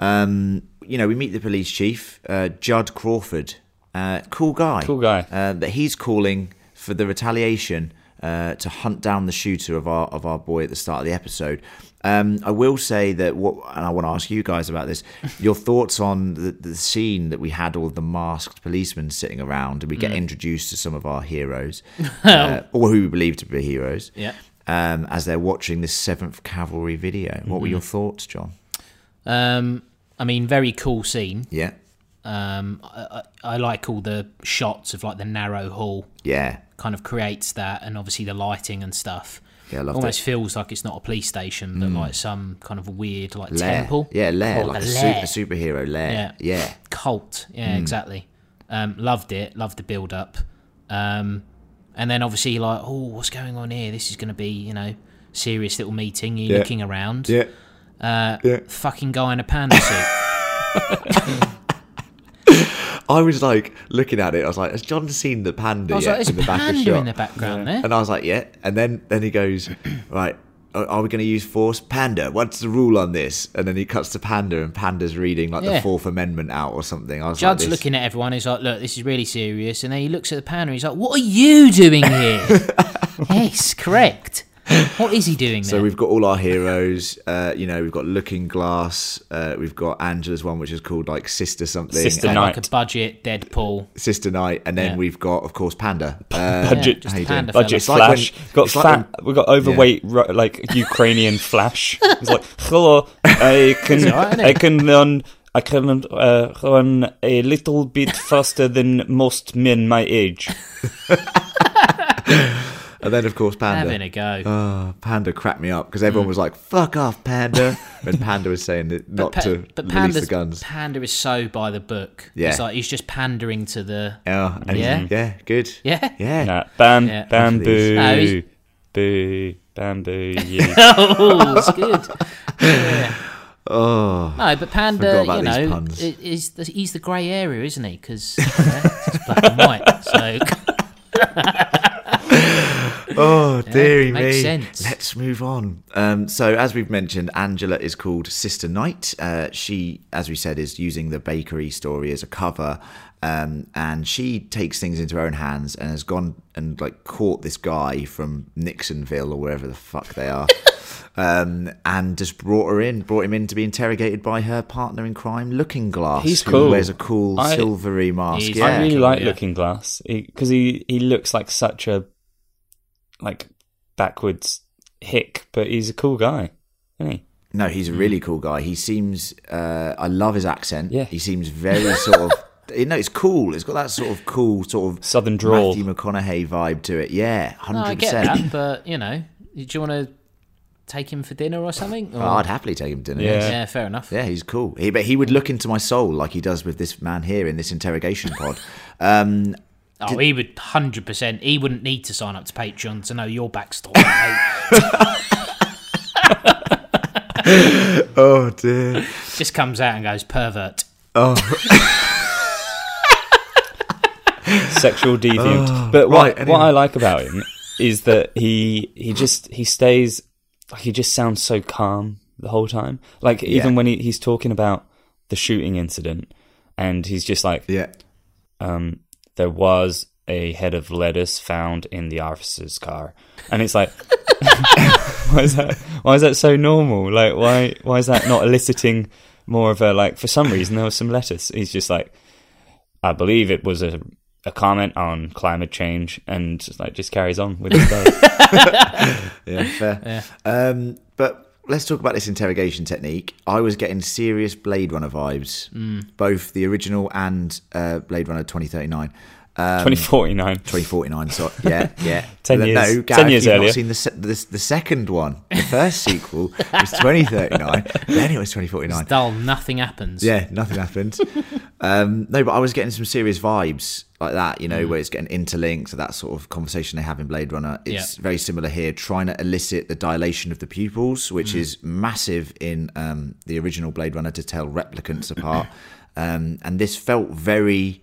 A: Um, you know, we meet the police chief, uh, Judd Crawford, uh, cool guy,
C: Cool guy.
A: uh, that he's calling for the retaliation uh, to hunt down the shooter of our of our boy at the start of the episode. Um, I will say that what, and I want to ask you guys about this. Your thoughts on the, the scene that we had all the masked policemen sitting around, and we
C: Mm.
A: get introduced to some of our heroes, uh, or who we believe to be heroes
B: Yeah.
A: um, as they're watching this Seventh Cavalry video. What
B: Mm-hmm.
A: were your thoughts, John?
B: Um, I mean, very cool scene.
A: Yeah,
B: Um, I, I, I like all the shots of like the narrow hall.
A: yeah,
B: Kind of creates that, and obviously the lighting and stuff.
A: yeah. I love
B: Almost
A: that.
B: feels like it's not a police station, but like some kind of weird like
A: Lair.
B: temple.
A: yeah, lair,
B: Oh,
A: like
B: a
A: a,
B: lair.
A: Super, superhero lair. Yeah. Mm.
B: cult. Yeah, exactly. Um, loved it. Loved the build up. Um, and then obviously like, oh, what's going on here? This is going to be you know serious little meeting. You
A: Yeah.
B: looking around.
A: yeah,
B: Uh,
A: Yeah.
B: Fucking guy in a panda suit.
A: I was like looking at it. I was like, "Has John seen the panda
B: I was
A: yet?"
B: like, there's a
A: in the back of
B: panda
A: shot?
B: in the background there.
A: And I was like, "Yeah." And then then he goes, "Right, are are we going to use force? Panda. What's the rule on this?" And then he cuts to panda, and panda's reading like the
B: Yeah.
A: Fourth Amendment out or something. I was
B: Judd's
A: like, this-
B: looking at everyone. He's like, "Look, this is really serious." And then he looks at the panda. And he's like, "What are you doing here?" yes, correct. What is he doing
A: So
B: there?
A: we've got all our heroes. Uh, you know, we've got Looking Glass. Uh, we've got Angela's one, which is called like Sister something,
C: Sister
A: and-
C: Night.
B: like a budget Deadpool.
A: Sister Night, and then
B: Yeah.
A: we've got, of course, Panda. Uh,
C: Budget-
B: just
A: how you doing?
B: Panda fella.
C: Budget
A: It's like when-
C: flash. got
A: it's like
C: fat. we got overweight,
A: overweight,
C: like Ukrainian flash. It's like hello, I can, I can learn, I can uh, run a little bit faster than most men my age.
A: and then, of course, Panda.
B: Having a go.
A: Oh, Panda cracked me up because everyone was like, "Fuck off, Panda," when Panda was saying that not
B: Pa-
A: to
B: Mm. but
A: release
B: Panda's,
A: the guns.
B: Panda is so by the book.
A: Yeah.
B: It's like he's just pandering to the.
A: Yeah, and-
B: Yeah?
A: yeah, good.
B: Yeah.
A: yeah.
C: Nah, bam,
B: Yeah.
C: bamboo,
B: No, he's-
C: boo, bamboo. You.
B: oh, it's good. Yeah.
A: Oh,
B: No, but Panda,
A: Forgot about
B: you
A: these
B: know,
A: puns.
B: i- is the, he's the grey area, isn't he? Because it's black and white. So
A: oh, dearie
B: makes
A: me.
B: sense.
A: Let's move on. Um, so, as we've mentioned, Angela is called Sister Knight. Uh, she, as we said, is using the bakery story as a cover, um, and she takes things into her own hands and has gone and like caught this guy from Nixonville or wherever the fuck they are. Um, and just brought her in, brought him in to be interrogated by her partner in crime, Looking Glass.
C: He's
A: who
C: cool.
A: Wears a cool
C: I-
A: silvery mask.
B: He's-
A: yeah,
C: I really
B: cool,
C: like
B: yeah.
C: Looking Glass because he, he looks like such a like backwards hick, but he's a cool guy, isn't he?
A: No, he's a really cool guy. He seems. Uh, I love his accent.
C: Yeah.
A: He seems very sort of. You know, it's cool. It's got that sort of cool, sort of
C: Southern drawl.
A: Matthew McConaughey vibe to it. Yeah,
B: no, I
A: hundred
B: get
A: percent.
B: that, but you know, do you want to take him for dinner or something? Or-
A: I'd happily take him to dinner.
C: Yeah.
A: yes.
B: yeah, fair enough.
A: Yeah, he's cool. He, but he would look into my soul like he does with this man here in this interrogation pod. Um,
B: Oh, he would hundred percent. He wouldn't need to sign up to Patreon to know your backstory. mate.
A: Oh dear.
B: Just comes out and goes pervert.
C: sexual deviant. but what,
A: Oh, right, anyway.
C: what I like about him is that he he just he stays like he just sounds so calm the whole time. Like even when he, he's talking about the shooting incident, and he's just like,
A: Yeah.
C: um, there was a head of lettuce found in the officer's car, and it's like. why is that? Why is that so normal? Like, why? Why is that not eliciting more of a like? For some reason, there was some lettuce. He's just like, I believe it was a a comment on climate change, and just, like just carries on with his day.
A: Yeah, fair. Um, but let's talk about this interrogation technique. I was getting serious Blade Runner vibes, both the original and uh, Blade Runner 2039. Um,
C: Twenty forty nine.
A: 2049, so yeah, yeah.
C: 10
A: no,
C: years-
A: No,
C: 10
A: Gareth,
C: years
A: you've
C: earlier.
A: not seen the, se- the, the second one. The first sequel was 2039, then it was 2049.
B: Dull. Nothing happens.
A: Yeah, nothing happened. um, no, but I was getting some serious vibes like that, you know, where it's getting interlinked, that sort of conversation they have in Blade Runner. It's very similar here, trying to elicit the dilation of the pupils, which is massive in um, the original Blade Runner to tell replicants apart. Um, and this felt very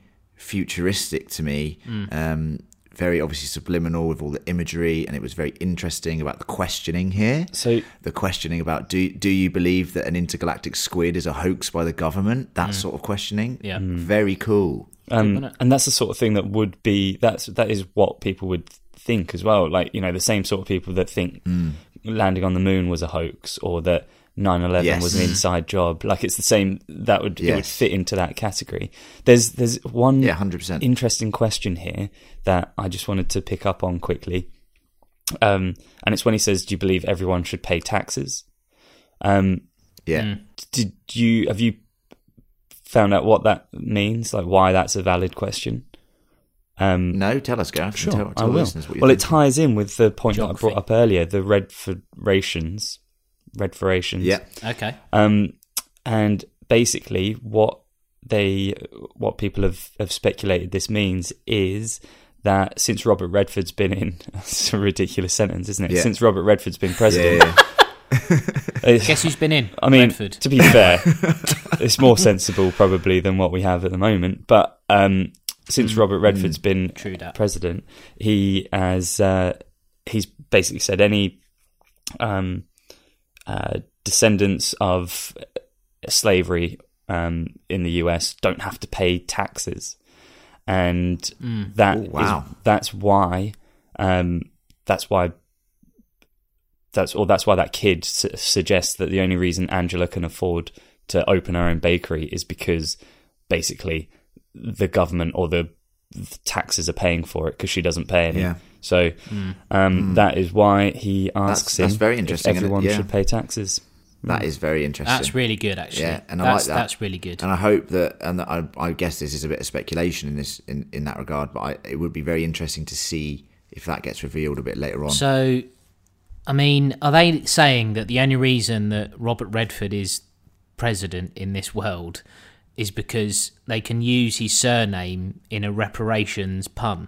A: futuristic to me. Um, very obviously subliminal with all the imagery, and it was very interesting about the questioning here
C: So
A: the questioning about do do you believe that an intergalactic squid is a hoax by the government? That sort of questioning.
B: Mm. Yeah.
C: Mm.
A: Very cool. Mm.
C: um, and that's the sort of thing that would be that's that is what people would think as well like you know the same sort of people that think
A: Mm.
C: landing on the moon was a hoax or that 9-11 was an
A: Yes. Mm-hmm.
C: inside job like it's the same that would it would
A: Yes.
C: fit into that category there's there's one
A: Yeah, 100%.
C: interesting question here that i just wanted to pick up on quickly um and it's when he says do you believe everyone should pay taxes um
A: Yeah.
B: Mm.
C: did you have you found out what that means like why that's a valid question um
A: No, tell us, Gareth. Tell, tell the
C: I will.
A: listeners what you
C: well it
A: think.
C: ties in with the point that i
B: Geography.
C: brought up earlier the red federations red federations
A: Yeah.
B: Okay.
C: um and basically what they what people have have speculated this means is that since Robert Redford's been in, it's a ridiculous sentence, isn't it?
A: Yeah.
C: Since Robert Redford's been
A: Yeah.
C: president,
A: yeah,
B: Guess who's been in?
C: I mean,
B: Redford.
C: to be fair, it's more sensible probably than what we have at the moment. But um, since Robert Redford's been
B: Mm. True that.
C: president, he has uh, he's basically said any um, uh, descendants of slavery um, in the US don't have to pay taxes, and
B: Mm.
C: that
A: Ooh,
C: is-
A: wow.
C: that's why um, that's why that's or that's why that kid su- suggests that the only reason Angela can afford to open her own bakery is because basically the government or the, the taxes are paying for it because she doesn't pay any.
A: Yeah. Hmm.
C: So um, that is why he asks
A: that's
C: him
A: very
C: if
A: interesting, isn't it?
C: everyone
A: Yeah.
C: should pay taxes. Mm.
A: That is very interesting.
B: That's really good, actually.
A: Yeah, and I
B: that's,
A: like that.
B: That's really good.
A: And I hope that, and I, I guess this is a bit of speculation in this in, in that regard, but I, it would be very interesting to see if that gets revealed a bit later on.
B: So, I mean, are they saying that the only reason that Robert Redford is president in this world is because they can use his surname in a reparations pun?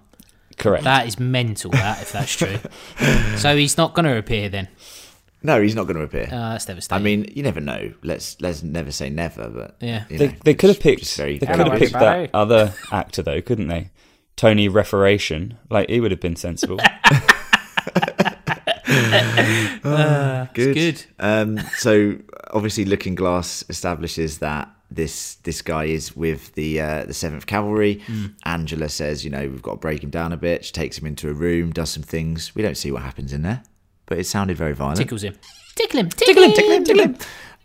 C: Correct.
B: That is mental. That if that's true, so he's not going to appear then.
A: no, he's not going to appear.
B: Uh, that's
A: I
B: devastating.
A: mean, you never know. Let's let's never say never, but
B: Yeah.
A: you
C: they
A: know,
C: they could have
A: it's
C: picked
A: just
C: they
A: very-
C: could have picked that
B: everybody.
C: other actor though, couldn't they? Tony Referation, like he would have been sensible.
A: good.
B: good.
A: Um, so obviously, Looking Glass establishes that this this guy is with the uh, the Seventh Cavalry. Angela says, you know, we've got to break him down a bit. She takes him into a room, does some things. We don't see what happens in there, but it sounded very violent.
B: tickles him.
F: Tickle him, tickle him, tickle him, tickle him.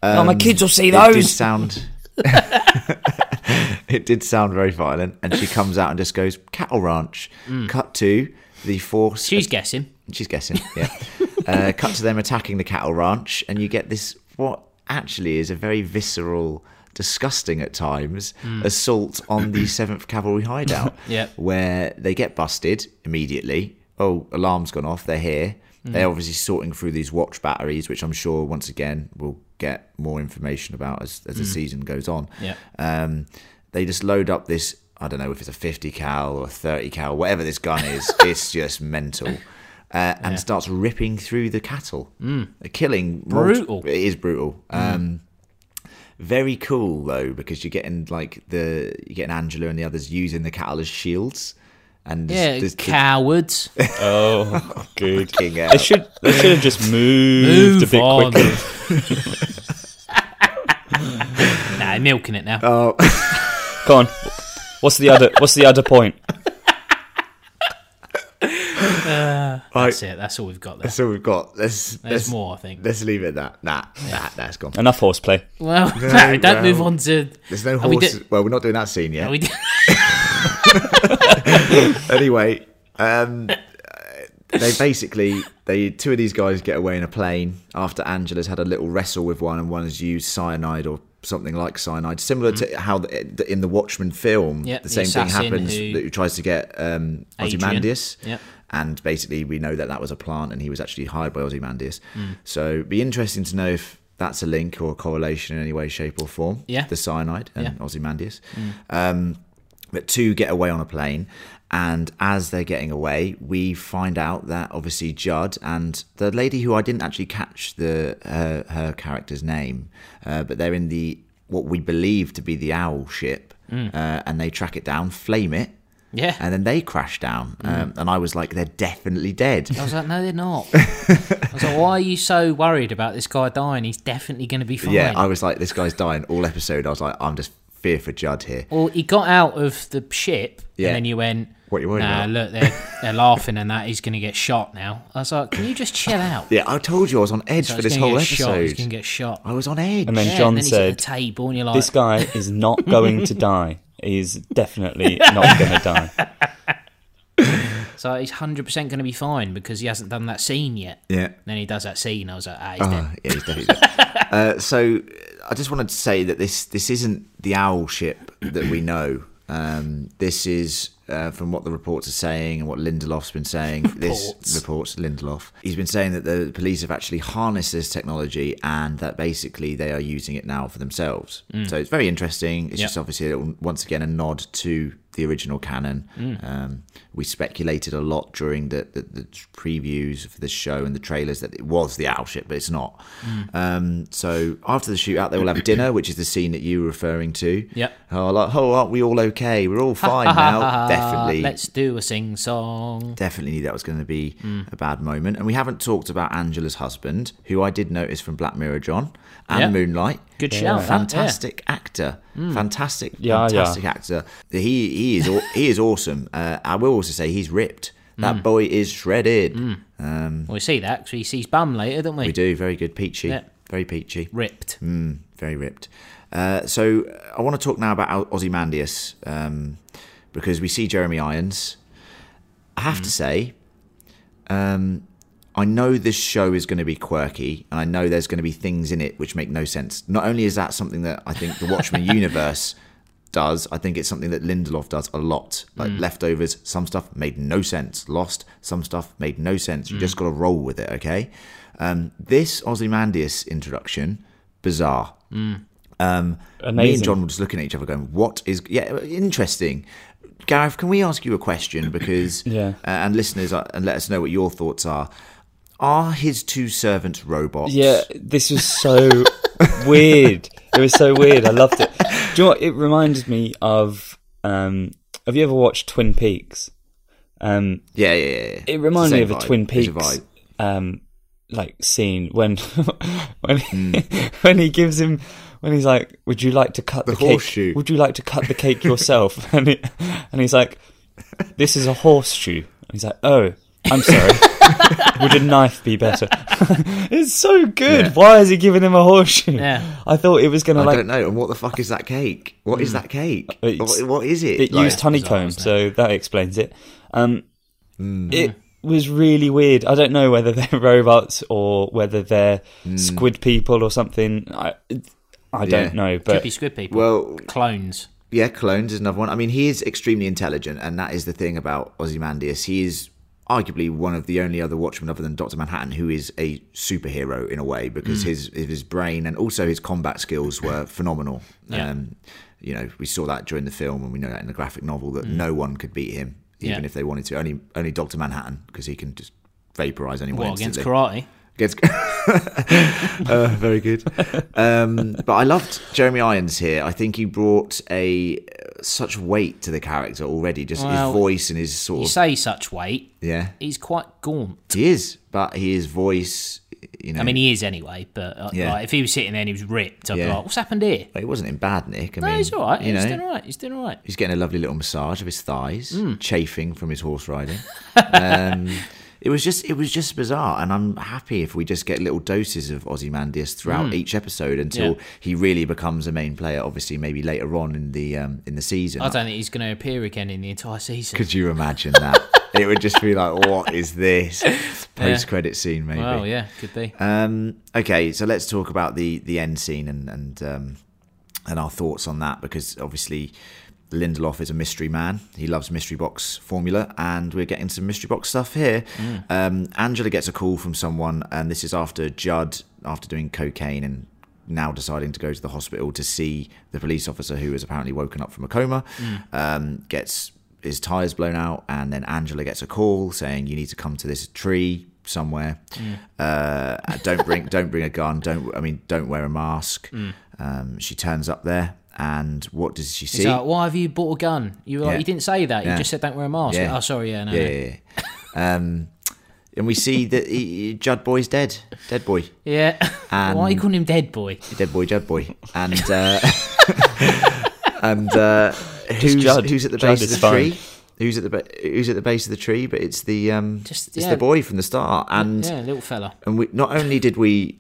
C: oh, my kids will see
A: It did
C: those.
A: sound. it did sound very violent, and she comes out and just goes cattle ranch. Cut to the force.
B: She's guessing.
A: She's guessing. Yeah. uh, cut to them attacking the cattle ranch, and you get this what actually is a very visceral, disgusting at times assault on the Seventh Cavalry hideout.
B: Yep.
A: Where they get busted immediately. Oh, alarm's gone off. They're here.
B: Mm-hmm.
A: They're obviously sorting through these watch batteries, which I'm sure once again we'll get more information about as, as the season goes on
B: Mm-hmm. Yeah.
A: um, they just load up this I don't know if it's a 50 cal or a 30 cal, whatever this gun is, it's just mental. Uh, and starts ripping through the cattle, mm. killing
B: Brutal. Mm.
A: It is brutal. Um, very cool though because you're getting like the you're getting Angela and the others using the cattle as shields, and there's-
B: Yeah,
A: there's-
B: cowards.
C: Oh, good.
A: Fucking uh, hell.
C: They should they should have just moved a
B: Move
C: bit
B: on.
C: quicker.
B: nah, milking it now.
C: Come on. What's the other What's the other point?
B: that's it. That's all we've got there.
A: That's all we've got. Let's,
B: There's
A: let's-
B: more, I think.
A: Let's leave it at that. Nah, nah, that's gone.
C: Enough horseplay.
B: Well, don't move on to.
A: There's no
B: Are we
A: horse.
B: do-
A: well, we're not doing that scene
B: are
A: yet.
B: we do-
A: anyway, um, they basically they two of these guys get away in a plane after Angela's had a little wrestle with one, and one has used cyanide or something like cyanide, similar to how the, the- in the Watchmen film,
B: Yep,
A: the
B: Mm-hmm. the
A: same thing
B: assassin
A: happens.
B: who-
A: that who tries to get um,
B: Adrian.
A: Ozymandias.
B: Yep.
A: And basically, we know that that was a plant, and he was actually hired by Ozymandias.
B: Hmm.
A: So, it'd be interesting to know if that's a link or a correlation in any way, shape, or form.
B: Yeah.
A: the cyanide and
B: Yeah. Hmm.
A: Ozymandias. Um, but two get away on a plane. And as they're getting away, we find out that obviously Judd and the lady who I didn't actually catch the her, her character's name, uh, but they're in the what we believe to be the owl ship,
B: Hmm.
A: uh, and they track it down, flame it,
B: yeah.
A: and then they crash down. Um,
B: Mm.
A: and I was like, they're definitely dead.
B: I was like, no, they're not. I was like, why are you so worried about this guy dying? He's definitely going to be fine.
A: yeah, I was like, this guy's dying all episode. I was like, I'm just fear for Judd here.
B: Well, he got out of the ship,
A: Yeah.
B: and then you went.
A: What you worried
B: nah,
A: about?"
B: look, they're, they're laughing and that. He's going to get shot now. I was like, can you just chill out?
A: Yeah, I told you I was on edge
B: He's like,
A: for
B: "He's
A: this
B: gonna
A: whole
B: get Shot. He's
A: episode.
B: going to get shot.
A: I was on edge.
C: And then
B: Yeah,
C: John
B: and then he's at
C: said,
B: the table, and you're like,
C: "This guy is not going to die. He's definitely not going to die."
B: so he's hundred percent going to be fine because he hasn't done that scene yet.
A: yeah.
B: And then he does that scene. I was like, ah, he's dead.
A: Ah, yeah, he's definitely dead. uh, so I just wanted to say that this this isn't the owl ship that we know. Um, this is uh, from what the reports are saying and what Lindelof's been saying. This reports Lindelof. He's been saying that the police have actually harnessed this technology and that basically they are using it now for themselves. So it's very interesting. It's
B: Yeah.
A: just obviously a- once again a nod to the original canon.
B: Mm.
A: Um, we speculated a lot during the, the, the previews for the show and the trailers that it was the owl ship, but it's not.
B: Mm.
A: Um, so after the shootout, they will have dinner, which is the scene that you were referring to.
B: Yep.
A: Oh, like, oh, aren't we all okay? We're all fine now. Definitely.
B: Let's do a sing song.
A: Definitely knew that was going to be
B: Mm.
A: a bad moment. And we haven't talked about Angela's husband, who I did notice from Black Mirror John and
B: Yeah.
A: Moonlight.
B: Good shout. that, yeah. Hmm.
A: Fantastic actor, fantastic,
C: Yeah, yeah.
A: fantastic actor. He he is au- he is awesome. Uh, I will also say he's ripped.
B: Hmm.
A: That boy is shredded.
B: Well, we see that because he sees Bum later, don't we?
A: We do very good, peachy,
B: Yeah.
A: very peachy,
B: Ripped.
A: Mm, very ripped. Uh, so I want to talk now about Oz- Ozymandias um, because we see Jeremy Irons. I have to say, um, I know this show is going to be quirky, and I know there's going to be things in it which make no sense. Not only is that something that I think the Watchmen universe does, I think it's something that Lindelof does a lot. Like leftovers, some stuff made no sense. Lost, some stuff made no sense. You just got to roll with it, okay? Um, this Ozymandias introduction, bizarre. Um, Me and
C: Amazing.
A: John were just looking at each other, going, "What is? Yeah, interesting." Gareth, can we ask you a question? Because
C: Yeah.
A: uh, and listeners, uh, and let us know what your thoughts are. Are his two servants robots?
C: Yeah, this was so weird. It was so weird. I loved it. Do you know what? It reminded me of. Um, have you ever watched Twin Peaks? Um,
A: yeah, yeah. yeah, yeah.
C: it reminded me
A: Same
C: of a
A: vibe.
C: Twin
A: It's
C: Peaks
A: a vibe.
C: um like scene when when
A: Hmm.
C: when he gives him when he's like, "Would you like to cut the, cake?
A: horseshoe.
C: Would you like to cut the cake yourself?" and he, and he's like, "This is a horseshoe." And he's like, "Oh, I'm sorry. Would a knife be better?" it's so good.
A: Yeah.
C: Why is he giving him a horseshoe?
B: Yeah.
C: I thought it was gonna
A: I
C: like Mm.
A: don't know. And what the fuck is that cake? What is that cake?
C: It's-
A: What- what is it?
C: it
A: Like,
C: used honeycomb,
B: wasn't
C: so that explains it. Um,
A: Mm.
C: It was really weird. I don't know whether they're robots or whether they're squid people or something. I, I
A: Mm. Yeah.
C: don't know, but
B: Could be squid people.
A: well,
B: clones.
A: Yeah, clones is another one. I mean, he is extremely intelligent, and that is the thing about Ozymandias. He is arguably one of the only other Watchmen other than Doctor Manhattan who is a
B: Mm.
A: superhero in a way because his his brain and also his combat skills were phenomenal.
B: Yeah.
A: Um, you know, we saw that during the film, and we know that in the graphic novel that no one could beat him, even
B: Mm. Yeah.
A: if they wanted to. Only only Doctor Manhattan because he can just vaporize anyone
B: What, against
A: instantly.
B: karate?
A: Against- Uh, very good. Um, but I loved Jeremy Irons here. I think he brought a such weight to the character already. Just
B: Well,
A: his voice and his sort
B: You
A: of
B: say such weight.
A: yeah,
B: He's quite gaunt.
A: he is. But his voice, you know,
B: I mean, he is anyway, but uh,
A: Yeah.
B: like, if he was sitting there and he was ripped, I'd be
A: Yeah.
B: like, what's happened here?
A: he wasn't in bad nick. I
B: No,
A: mean,
B: he's all right.
A: You
B: He's
A: know,
B: doing all right. He's doing all right.
A: He's getting a lovely little massage of his thighs,
B: Hmm.
A: chafing from his horse riding. um, it was just, it was just bizarre, and I'm happy if we just get little doses of Ozymandias throughout each episode until
B: Hmm. Yeah.
A: he really becomes a main player. Obviously, maybe later on in the um, in the season.
B: I don't think he's going to appear again in the entire season.
A: Could you imagine that? it would just be like, what is this post credit scene? Maybe.
B: Well, yeah, could be.
A: Um, okay, so let's talk about the the end scene and and um, and our thoughts on that because obviously Lindelof is a mystery man. He loves mystery box formula, and we're getting some mystery box stuff here. Um, Angela gets a call from someone, and this is after Judd after doing cocaine and. Now deciding to go to the hospital to see the police officer who has apparently woken up from a coma, um, gets his tires blown out, and then Angela gets a call saying you need to come to this tree somewhere.
B: Mm.
A: Uh, don't bring don't bring a gun. Don't I mean don't wear a mask.
B: Mm.
A: Um, she turns up there, and what does she see?
B: He's like, why have you bought a gun? You were like,
A: Yeah.
B: you didn't say that. You
A: Yeah.
B: just said don't wear a mask.
A: Yeah.
B: Oh, sorry, yeah, no.
A: yeah,
B: no.
A: yeah, yeah. um, and we see that he, he- Judd Boy's dead. Dead boy.
B: Yeah.
A: And-
B: Why are you calling him Dead Boy?
A: Dead boy. Judd boy. And uh, and uh, who's
C: Judd.
A: who's at the
C: Judd
A: base of
C: is
A: the
C: fine.
A: tree? Who's at the ba- who's at the base of the tree? But it's the um,
B: Just-
A: it's
B: yeah.
A: the boy from the start. And
B: Yeah, little fella.
A: and we not only did we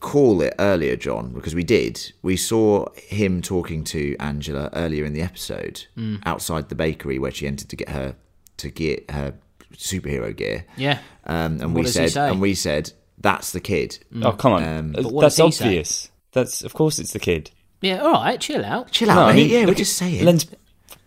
A: call it earlier, John, because we did. We saw him talking to Angela earlier in the episode
C: Mm.
A: outside the bakery where she entered to get her to get her superhero gear.
B: Yeah.
A: Um, and we
B: does he
A: said,
B: say? Mm.
A: and we said, that's the kid.
C: Oh come on,
A: Um,
B: what
C: that's
B: does he say?
C: obvious. That's of course it's the kid.
B: Yeah, all right, chill out.
A: Chill out,
C: No, I
A: mate.
C: mean,
A: Oh, yeah, we're
C: look,
A: just saying.
C: Len's,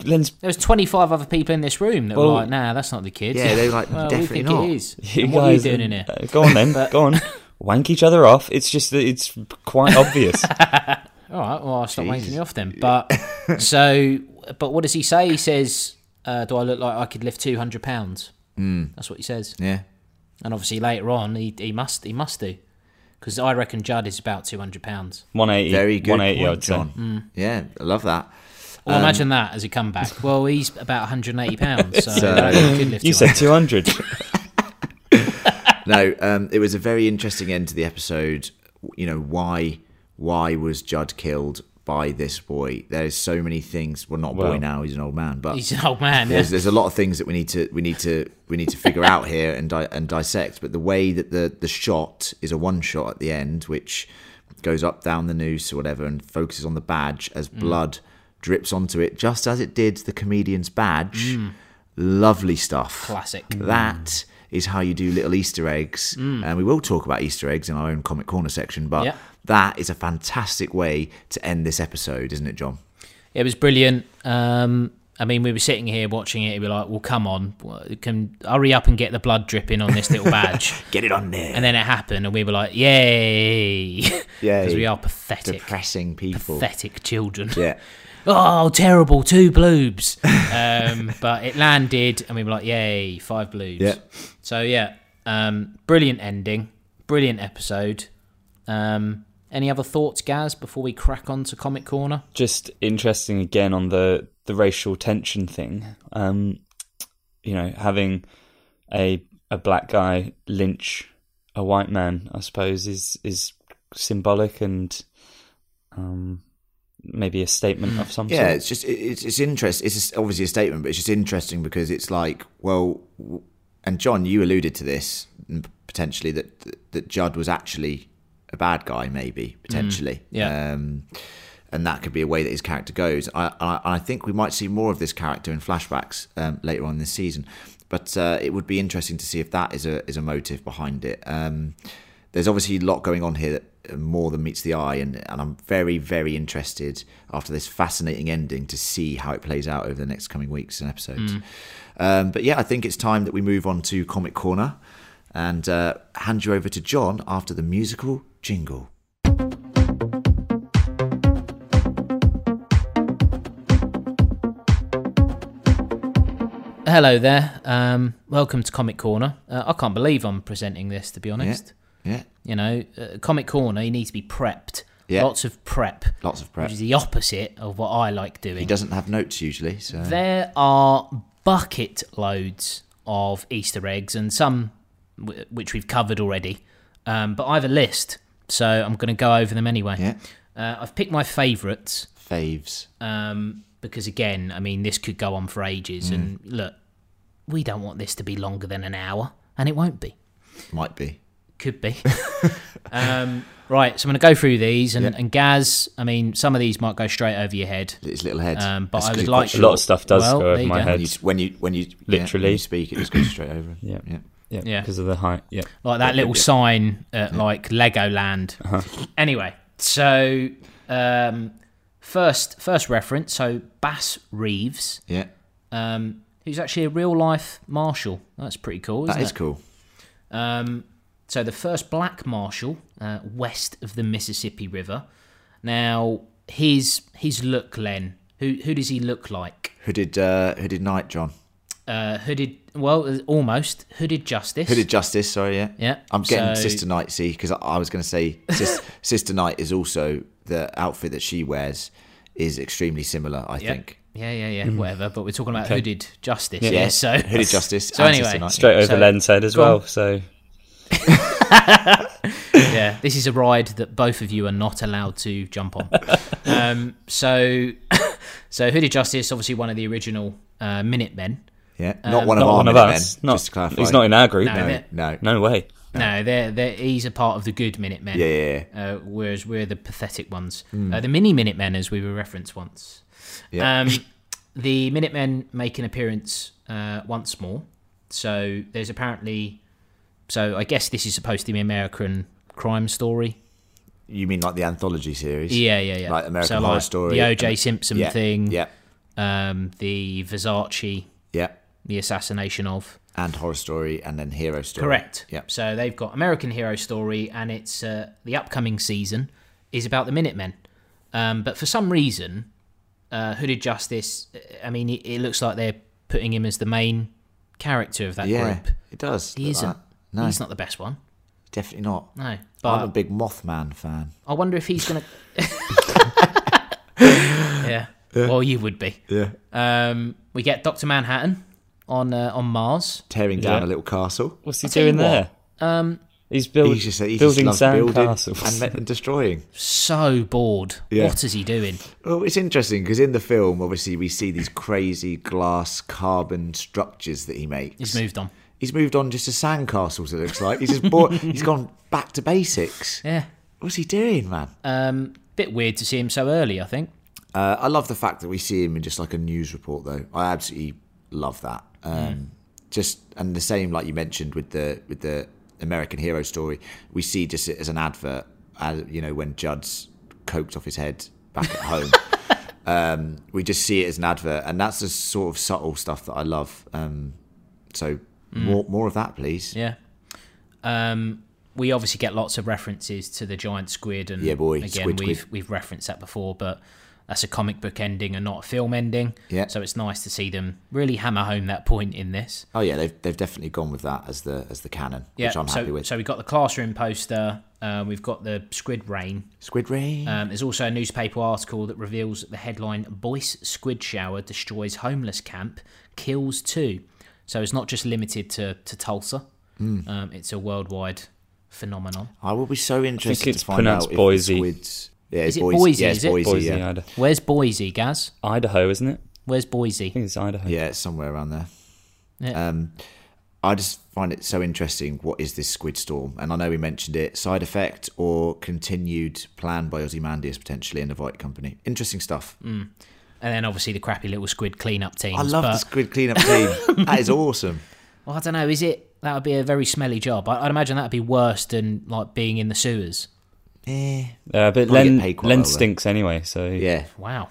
C: Len's.
B: There was 25 other people in this room that were
C: Well-
B: like, nah, that's not the kid.
A: Yeah, they were like,
B: well,
A: "Definitely
B: we think
A: not."
B: it is.
C: you
B: And what are you
C: guys-
B: doing in here?
C: uh, go on then, go on. Wank each other off. It's just that it's quite obvious.
B: All right, well, I'll stop wanking you off then. But so, but what does he say? He says, uh, do I look like I could lift 200 pounds?
C: Hmm.
B: Mm. That's what he says.
A: yeah.
B: And obviously later on, he, he must he must do. Because I reckon Judd is about 200 pounds.
C: One eighty.
A: Very good
C: One eighty.
A: point,
C: I'd say.
A: John. Yeah, I love that.
B: Well,
C: Um,
B: imagine that as a comeback. Well, he's about 180 pounds, so, that could lift
C: You
B: 200.
C: said two hundred.
A: no, um, it was a very interesting end to the episode. You know why? Why was Judd killed by this boy? There's so many things. Well, not a boy
C: Well-
A: now; he's an old man. But
B: He's an old man.
A: there's, there's a lot of things that we need to we need to we need to figure out here and di- and dissect. But the way that the the shot is a one shot at the end, which goes up down the noose or whatever, and focuses on the badge as
B: Mm.
A: blood drips onto it, just as it did the comedian's badge. Lovely stuff.
B: Mm. Classic.
A: That is how you do little Easter eggs, and we will talk about Easter eggs in our own comic corner section. But
B: Mm. Yeah.
A: that is a fantastic way to end this episode, isn't it, John?
B: It was brilliant. Um, I mean, we were sitting here watching it. We were like, well, come on. What- Can hurry up and get the blood dripping on this little badge.
A: Get it on there.
B: and then it happened, and we were like, yay. Because we are pathetic.
A: depressing people.
B: Pathetic children.
A: Yeah.
B: Oh, terrible. Two bloobs. um, but it landed, and we were like, yay, five bloobs.
A: Yeah.
B: So, yeah, um, brilliant ending. Brilliant episode. Um, any other thoughts, Gaz, before we crack on to Comic Corner?
C: just interesting again on the the racial tension thing. Um, you know, having a a black guy lynch a white man, I suppose, is is symbolic and um, maybe a statement of some
A: Yeah,
C: sort.
A: it's just it- it's it's interesting. It's just obviously a statement, but it's just interesting because it's like, well, w- and John, you alluded to this m- potentially that that- that Judd was actually a bad guy, maybe
C: Mm,
A: potentially.
B: yeah.
A: Um, and that could be a way that his character goes. I I, I think we might see more of this character in flashbacks um, later on this season, but uh, it would be interesting to see if that is a is a motive behind it. Um, there's obviously a lot going on here that uh, more than meets the eye, and, and I'm very, very interested after this fascinating ending to see how it plays out over the next coming weeks and episodes. Um, but yeah, I think it's time that we move on to Comic Corner and uh, hand you over to John after the musical jingle.
B: hello there. Um, welcome to Comic Corner. Uh, I can't believe I'm presenting this, to be
A: Yeah.
B: honest.
A: Yeah.
B: You know, uh, Comic Corner, you need to be prepped.
A: Yeah.
B: Lots of prep,
A: Lots of prep.
B: which is the opposite of what I like doing.
A: He doesn't have notes usually, so
B: There are bucket loads of Easter eggs and some w- which we've covered already, um, but I have a list, so I'm going to go over them anyway.
A: Yeah.
B: Uh, I've picked my favourites
A: faves.
B: um, because, again, I mean, this could go on for ages. And
A: Mm.
B: look, we don't want this to be longer than an hour, and it won't be.
A: Might be.
B: Could be. um, right, so I'm going to go through these, and,
A: Yeah.
B: and Gaz, I mean, some of these might go straight over your head.
A: His little head.
B: Um, but I
A: It's
B: would
A: quite
B: like
A: short.
C: A lot of stuff does
B: Well,
C: go
B: there
C: over
B: you
C: my
B: go.
A: when
C: head.
A: you when you when you yeah, when
C: Literally.
A: you speak, it just goes straight over.
C: Yeah.
A: yeah.
B: Yeah.
C: Yeah, because of the height. Yeah,
B: like that little sign at like Legoland.
A: Uh-huh.
B: Anyway, so um, first first reference, so Bass Reeves,
A: Yeah,
B: um, who's actually a real life marshal. That's pretty cool, isn't
A: that is
B: it?
A: cool.
B: Um, so the first black marshal uh, west of the Mississippi River. Now his his look, Len. Who who does he look like?
A: Hooded, uh, hooded knight, John.
B: Uh, hooded, well, almost hooded justice.
A: Hooded justice. Sorry, yeah.
B: Yeah,
A: I'm getting
B: so-
A: Sister Knight. See, because I, I was going to say Sis, Sister Knight is also the outfit that she wears is extremely similar. I
B: Yeah.
A: think.
B: Yeah, yeah, yeah, whatever. But we're talking about hooded justice. Yeah,
A: Yeah.
B: so
A: hooded justice.
B: So
A: and
B: anyway,
A: Sister Knight.
C: straight over
B: So-
C: Len's head as
B: Go on.
C: well. So
B: yeah, this is a ride that both of you are not allowed to jump on. um, so, so hooded justice, obviously one of the original uh, Minutemen.
A: Yeah,
B: Um,
A: not one of
C: not
A: our
C: one of
A: men,
C: us. Not,
A: just to clarify.
C: he's not in our group.
B: No,
C: No,
B: they're-
A: No.
C: no way.
B: No, they're, they're, he's a part of the good Minutemen.
A: Yeah, yeah, yeah.
B: Uh, whereas we're the pathetic ones. Uh, the mini Minutemen, as we were referenced once.
A: Hmm. Yeah.
B: Um, the Minutemen make an appearance uh, once more. So there's apparently. So I guess this is supposed to be American crime story.
A: You mean like the anthology series?
B: Yeah, yeah, yeah.
A: Like American
B: So,
A: Horror Story.
B: The O.J. Simpson
A: yeah.
B: thing.
A: Yeah,
B: um, the Versace,
A: yeah.
B: the assassination of.
A: And horror story, and then hero story.
B: Correct.
A: Yeah.
B: So they've got American Hero Story, and it's uh, the upcoming season is about the Minutemen. Um, but for some reason, uh, Hooded Justice. I mean, it, it looks like they're putting him as the main character of that
A: Yeah,
B: group.
A: it does.
B: He
A: look
B: isn't.
A: like that. No,
B: He's not the best one.
A: definitely not.
B: No,
A: I'm a
B: but
A: big Mothman fan.
B: I wonder if he's gonna. yeah. Well, you would be.
A: Yeah.
B: Um, we get Doctor Manhattan on uh, on Mars.
A: Tearing down a
C: Yeah.
A: little castle.
C: What's he
B: tell you
C: doing there? Um, he's, build,
A: He's just, he just
C: building
A: loves
C: sand
A: building
C: castles.
A: and, and destroying.
B: so bored.
A: Yeah.
B: What is he doing?
A: Well, it's interesting because in the film, obviously, we see these crazy glass carbon structures that he makes.
B: He's moved on.
A: He's moved on just to sand castles. It looks like he's just bought. he's gone back to basics.
B: Yeah.
A: What's he doing, man?
B: Um, bit weird to see him so early. I think.
A: Uh, I love the fact that we see him in just like a news report, though. I absolutely love that. Um,
B: Mm.
A: Just and the same, like you mentioned with the with the American Hero story, we see just it as an advert. As, you know, when Judd's coked off his head back at home, um, we just see it as an advert, and that's the sort of subtle stuff that I love. Um, so more more of that, please.
B: Mm. Yeah. Um, we obviously get lots of references to the giant squid, and
A: Yeah, boy,
B: again
A: squid, squid.
B: we've we've referenced that before, but that's a comic book ending and not a film ending.
A: Yeah.
B: So it's nice to see them really hammer home that point in this.
A: Oh yeah, they've they've definitely gone with that as the as the canon, which I'm
B: so
A: happy with.
B: so we've got the classroom poster. Uh, we've got the squid rain.
A: Squid Ray.
B: Um, there's also a newspaper article that reveals that the headline Boyce Squid Shower Destroys Homeless Camp, Kills Two. So it's not just limited to, to Tulsa,
A: Hmm.
B: um, it's a worldwide phenomenon.
A: I will be so interested
C: it's
A: to find
C: pronounced
A: out if the
C: Boise.
A: squids. Yeah,
B: Is
A: it's
B: it
A: Boise.
B: Boise,
A: Yeah, it's
B: is it?
A: Boise.
C: Boise,
A: yeah.
C: Idaho.
B: Where's Boise, Gaz?
C: Idaho, isn't it? I
B: Where's Boise?
C: think it's Idaho.
A: yeah, it's somewhere around there.
B: Yeah.
A: Um, I just find it so interesting. What is this squid storm? And I know we mentioned it. Side effect or continued plan by Ozymandias potentially and the Voight Company. Interesting stuff.
B: Mm. And then obviously the crappy little squid cleanup teams.
A: I love
B: but,
A: the squid cleanup team. that is awesome.
B: Well, I don't know, is it? That would be a very smelly job. I, I'd imagine that would be worse than like being in the sewers.
A: Eh,
C: Uh, but
A: Probably get
C: Len,
A: paid quite
C: Len
A: well, though.
C: stinks anyway, so
A: yeah,
B: Wow.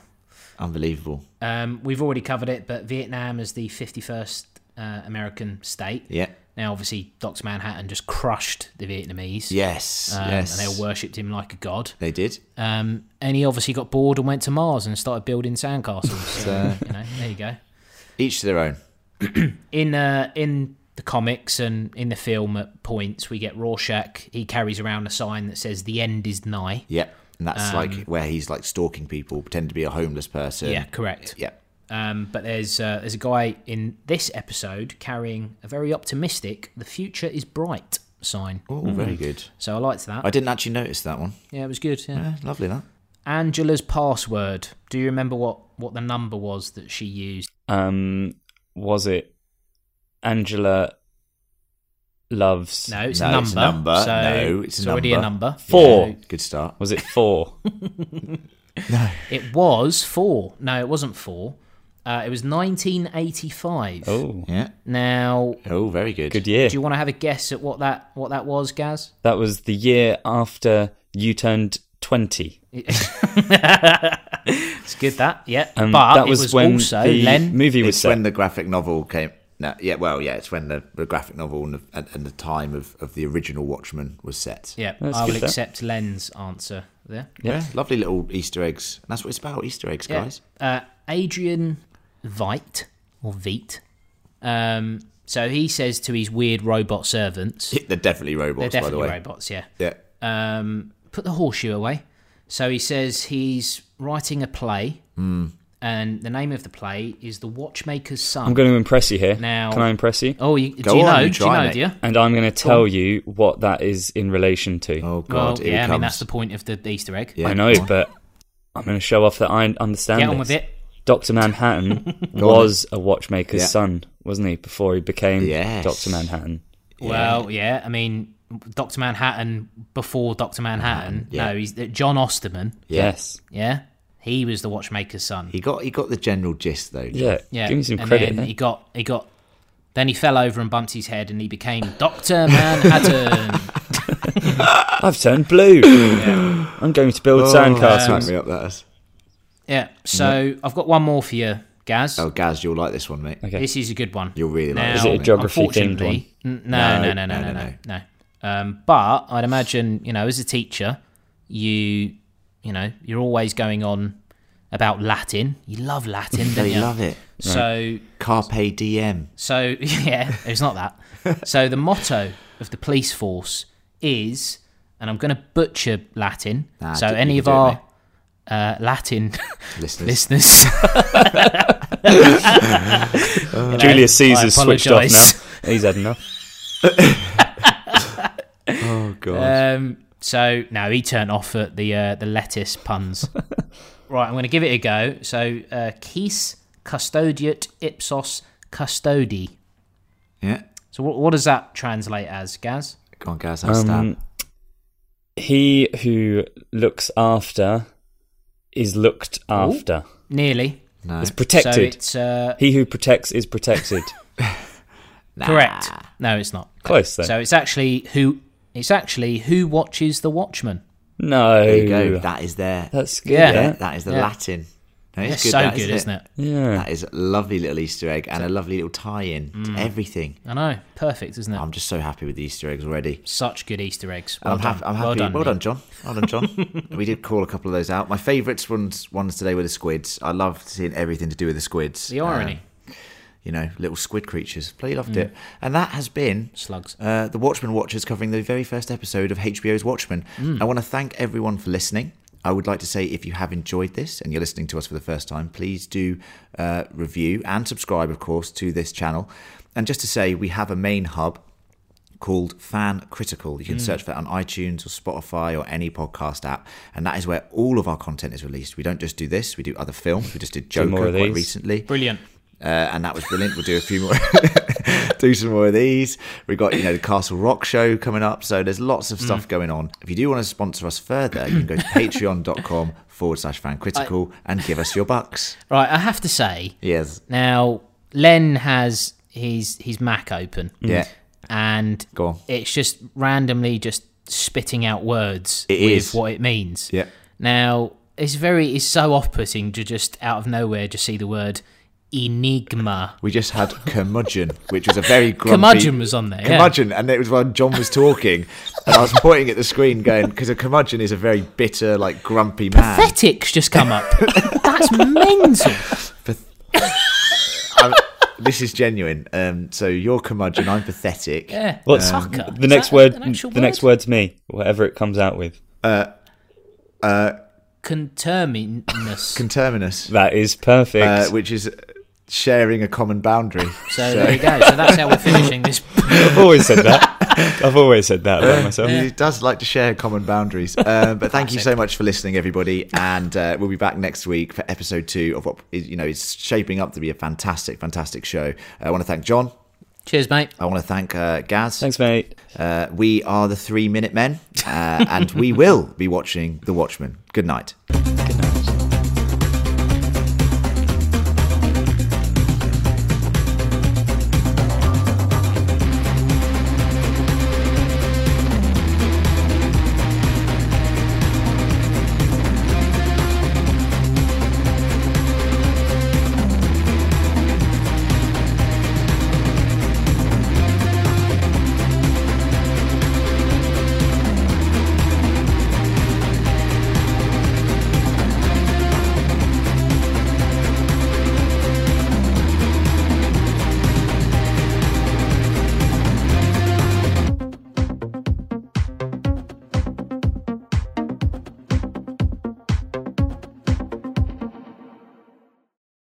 A: unbelievable.
B: Um, we've already covered it, but Vietnam is the 51st uh, American state.
A: Yeah.
B: Now, obviously, Doctor Manhattan just crushed the Vietnamese.
A: Yes.
B: um,
A: yes.
B: And they worshipped him like a god.
A: They did.
B: Um, and he obviously got bored and went to Mars and started building sandcastles. so,
A: So-
B: you know, there you go.
A: Each to their own.
B: in uh, in the comics and in the film at points we get Rorschach. He carries around a sign that says "The end is nigh."
A: Yeah, and that's like where he's like stalking people, pretend to be a homeless person.
B: Um, Yeah, correct.
A: yeah.
B: Um, but there's uh, there's a guy in this episode carrying a very optimistic "The future is bright" sign.
A: Oh, very
B: Mm-hmm.
A: good.
B: So I liked that.
A: I didn't actually notice that one.
B: yeah, it was good. Yeah.
A: Yeah, lovely that.
B: Angela's password. Do you remember what what the number was that she used?
C: Um, was it Angela loves?
B: No, it's a
A: No,
B: number.
A: it's a number.
B: So
A: No, it's a
B: already a
A: number.
B: number.
C: Four.
B: So
A: Good start.
C: Was it four?
B: it was four. No, it wasn't four. Uh, it was 1985.
C: oh,
A: Yeah.
B: Now,
A: Oh, very good.
C: good year.
B: do you want to have a guess at what that what that was, Gaz?
C: That was the year after you turned twenty.
B: It's good that, yeah.
C: Um,
B: but
C: that
B: it
C: was,
B: was
C: when
B: also
C: the
B: Len.
C: movie was
A: It's
C: set.
A: when the graphic novel came. No, yeah, well, yeah, it's when the, the graphic novel and the, and, and the time of, of the original Watchmen was set.
B: yeah,
C: That's
B: I
C: good
B: will
C: that.
B: accept Len's answer there.
A: Yeah, lovely little Easter eggs. And that's what it's about, Easter eggs, guys.
B: Uh, Adrian Veit or Veet. Um, so he says to his weird robot servants,
A: They're definitely robots,
B: they're
A: by the
B: definitely
A: way.
B: robots, yeah.
A: Yeah.
B: Um, put the horseshoe away. So he says he's writing a play,
A: Hmm.
B: and the name of the play is The Watchmaker's Son.
C: I'm going to impress you here.
B: Now-
C: Can I impress you?
B: Oh, you,
A: Go
B: do you
A: on,
B: know?
A: you
B: do you
A: try,
B: know?
A: mate.
B: Do you?
C: And I'm going to tell you what that is in relation to.
A: Oh,
B: Well,
A: God. here
B: yeah.
A: he
B: I
A: comes.
B: mean, that's the point of the Easter egg.
A: Yeah.
C: I know, but I'm going to show off that I understand.
B: Get on
C: this.
B: with it.
C: Doctor Manhattan was a watchmaker's
A: Yeah.
C: son, wasn't he? Before he became
A: Yes.
C: Doctor Manhattan.
B: Well, yeah. I mean, Doctor Manhattan before Doctor Manhattan.
A: yeah.
B: No, he's uh, John Osterman.
C: Yes.
B: Yeah, he was the watchmaker's son.
A: He got he got the general gist though. John.
C: Yeah.
B: yeah,
C: Give me some
B: and
C: credit.
B: Then
C: there.
B: he got he got. Then he fell over and bumped his head, and he became Doctor Manhattan.
C: I've turned blue. I'm going to build
A: Smack
C: sandcastles.
A: Oh, me up, that is.
B: yeah. So I've got one more for you, Gaz.
A: Oh, Gaz, you'll like this one, mate.
C: Okay.
B: This is a good one.
A: You'll really like
B: now,
A: this
C: it a
A: one. mate.
C: job- geography themed one?
B: unfortunately- N- No, no, no, no, no, no, no. Um, but I'd imagine you know, as a teacher, you you know, you're always going on about Latin. You love Latin, don't
A: They
B: you?
A: love it.
B: So,
A: Carpe diem.
B: so yeah, it's not that. so the motto of the police force is, and I'm going to butcher Latin.
A: Nah,
B: so
A: d- you can
B: any of
A: do it,
B: our uh, Latin
A: Listeners.
B: listeners,
C: Julius Caesar's
B: I
C: switched off
B: apologise.
C: now. He's had enough.
A: Oh, God.
B: Um, so no, he turned off at the uh, the lettuce puns. right, I'm going to give it a go. So uh, quis custodiat ipsos custodi.
A: yeah.
B: So what, what does that translate as, Gaz?
A: Go on, Gaz, have a stab.
C: Um, he who looks after is looked after.
B: Nearly.
A: No.
C: Is
B: So
C: protected.
B: it's uh,
C: he who protects is protected.
A: Nah.
B: correct. No, it's not.
C: Close though.
B: So it's actually who it's actually who watches the Watchman.
C: no.
A: There you go. That is there.
C: That's good.
B: Yeah.
C: Yeah.
A: Yeah, that is the
B: Yeah.
A: Latin. That is
B: It's so
A: that,
B: good, isn't it?
C: yeah.
A: That is a lovely little Easter egg and a lovely little tie-in
B: Mm.
A: to everything.
B: I know. Perfect, isn't it?
A: I'm just so happy with the Easter eggs already.
B: Such good Easter eggs.
A: And
B: Well
A: I'm,
B: done.
A: hap- I'm happy.
B: Well done. mate.
A: John. Well done, John. we did call a couple of those out. My favourites ones ones today were the squids. I loved seeing everything to do with the squids. Uh,
B: The irony.
A: you know, little squid creatures. Bloody loved it. And that has been
B: Slugs.
A: Uh, the Watchmen Watchers covering the very first episode of HBO's Watchmen. I want to thank everyone for listening. I would like to say if you have enjoyed this and you're listening to us for the first time, please do uh, review and subscribe, of course, to this channel. And just to say, we have a main hub called Fan Critical. You can search for that on iTunes or Spotify or any podcast app, and that is where all of our content is released. We don't just do this; we do other films. We just did Joker
C: more of
A: quite
C: these.
A: recently
B: Brilliant.
A: uh, and that was brilliant. We'll do a few more, do some more of these. We got you know the Castle Rock show coming up, so there's lots of
B: Mm.
A: stuff going on. If you do want to sponsor us further, you can go to patreon.com forward slash fan critical and give us your bucks.
B: Right, I have to say
A: Yes,
B: Now, Len has his his Mac open,
A: yeah,
B: and
A: go on.
B: it's just randomly just spitting out words
A: It
B: with
A: is.
B: what it means.
A: Yeah.
B: Now, it's very it's so off-putting to just out of nowhere just see the word enigma.
A: We just had curmudgeon, which was a very grumpy.
B: Curmudgeon was on there. yeah.
A: curmudgeon, and it was when John was talking, and I was pointing at the screen, going because a curmudgeon is a very bitter, like grumpy man.
B: Pathetic's just come up. That's mental.
A: I'm, this is genuine. Um, so you're curmudgeon, I'm pathetic.
B: Yeah.
C: What's
B: Sucker.
C: the
B: Is
C: next
B: that
C: word?
B: an
C: The
B: actual
C: next word to me, whatever it comes out with.
B: Conterminous.
A: Conterminous,
C: That is perfect.
A: uh, which is sharing a common boundary.
B: so there you go. So that's how we're finishing this.
C: I've always said that. I've always said that about myself.
A: He does like to share common boundaries. Uh, but thank you so much for listening, everybody, and uh, we'll be back next week for episode two of what is, you know is shaping up to be a fantastic, fantastic show. Uh, I want to thank John.
B: Cheers, mate.
A: I want to thank uh, Gaz.
C: Thanks, mate.
A: Uh, we are the Three Minute Men, uh, and we will be watching The Watchmen. Good night.
C: Good night.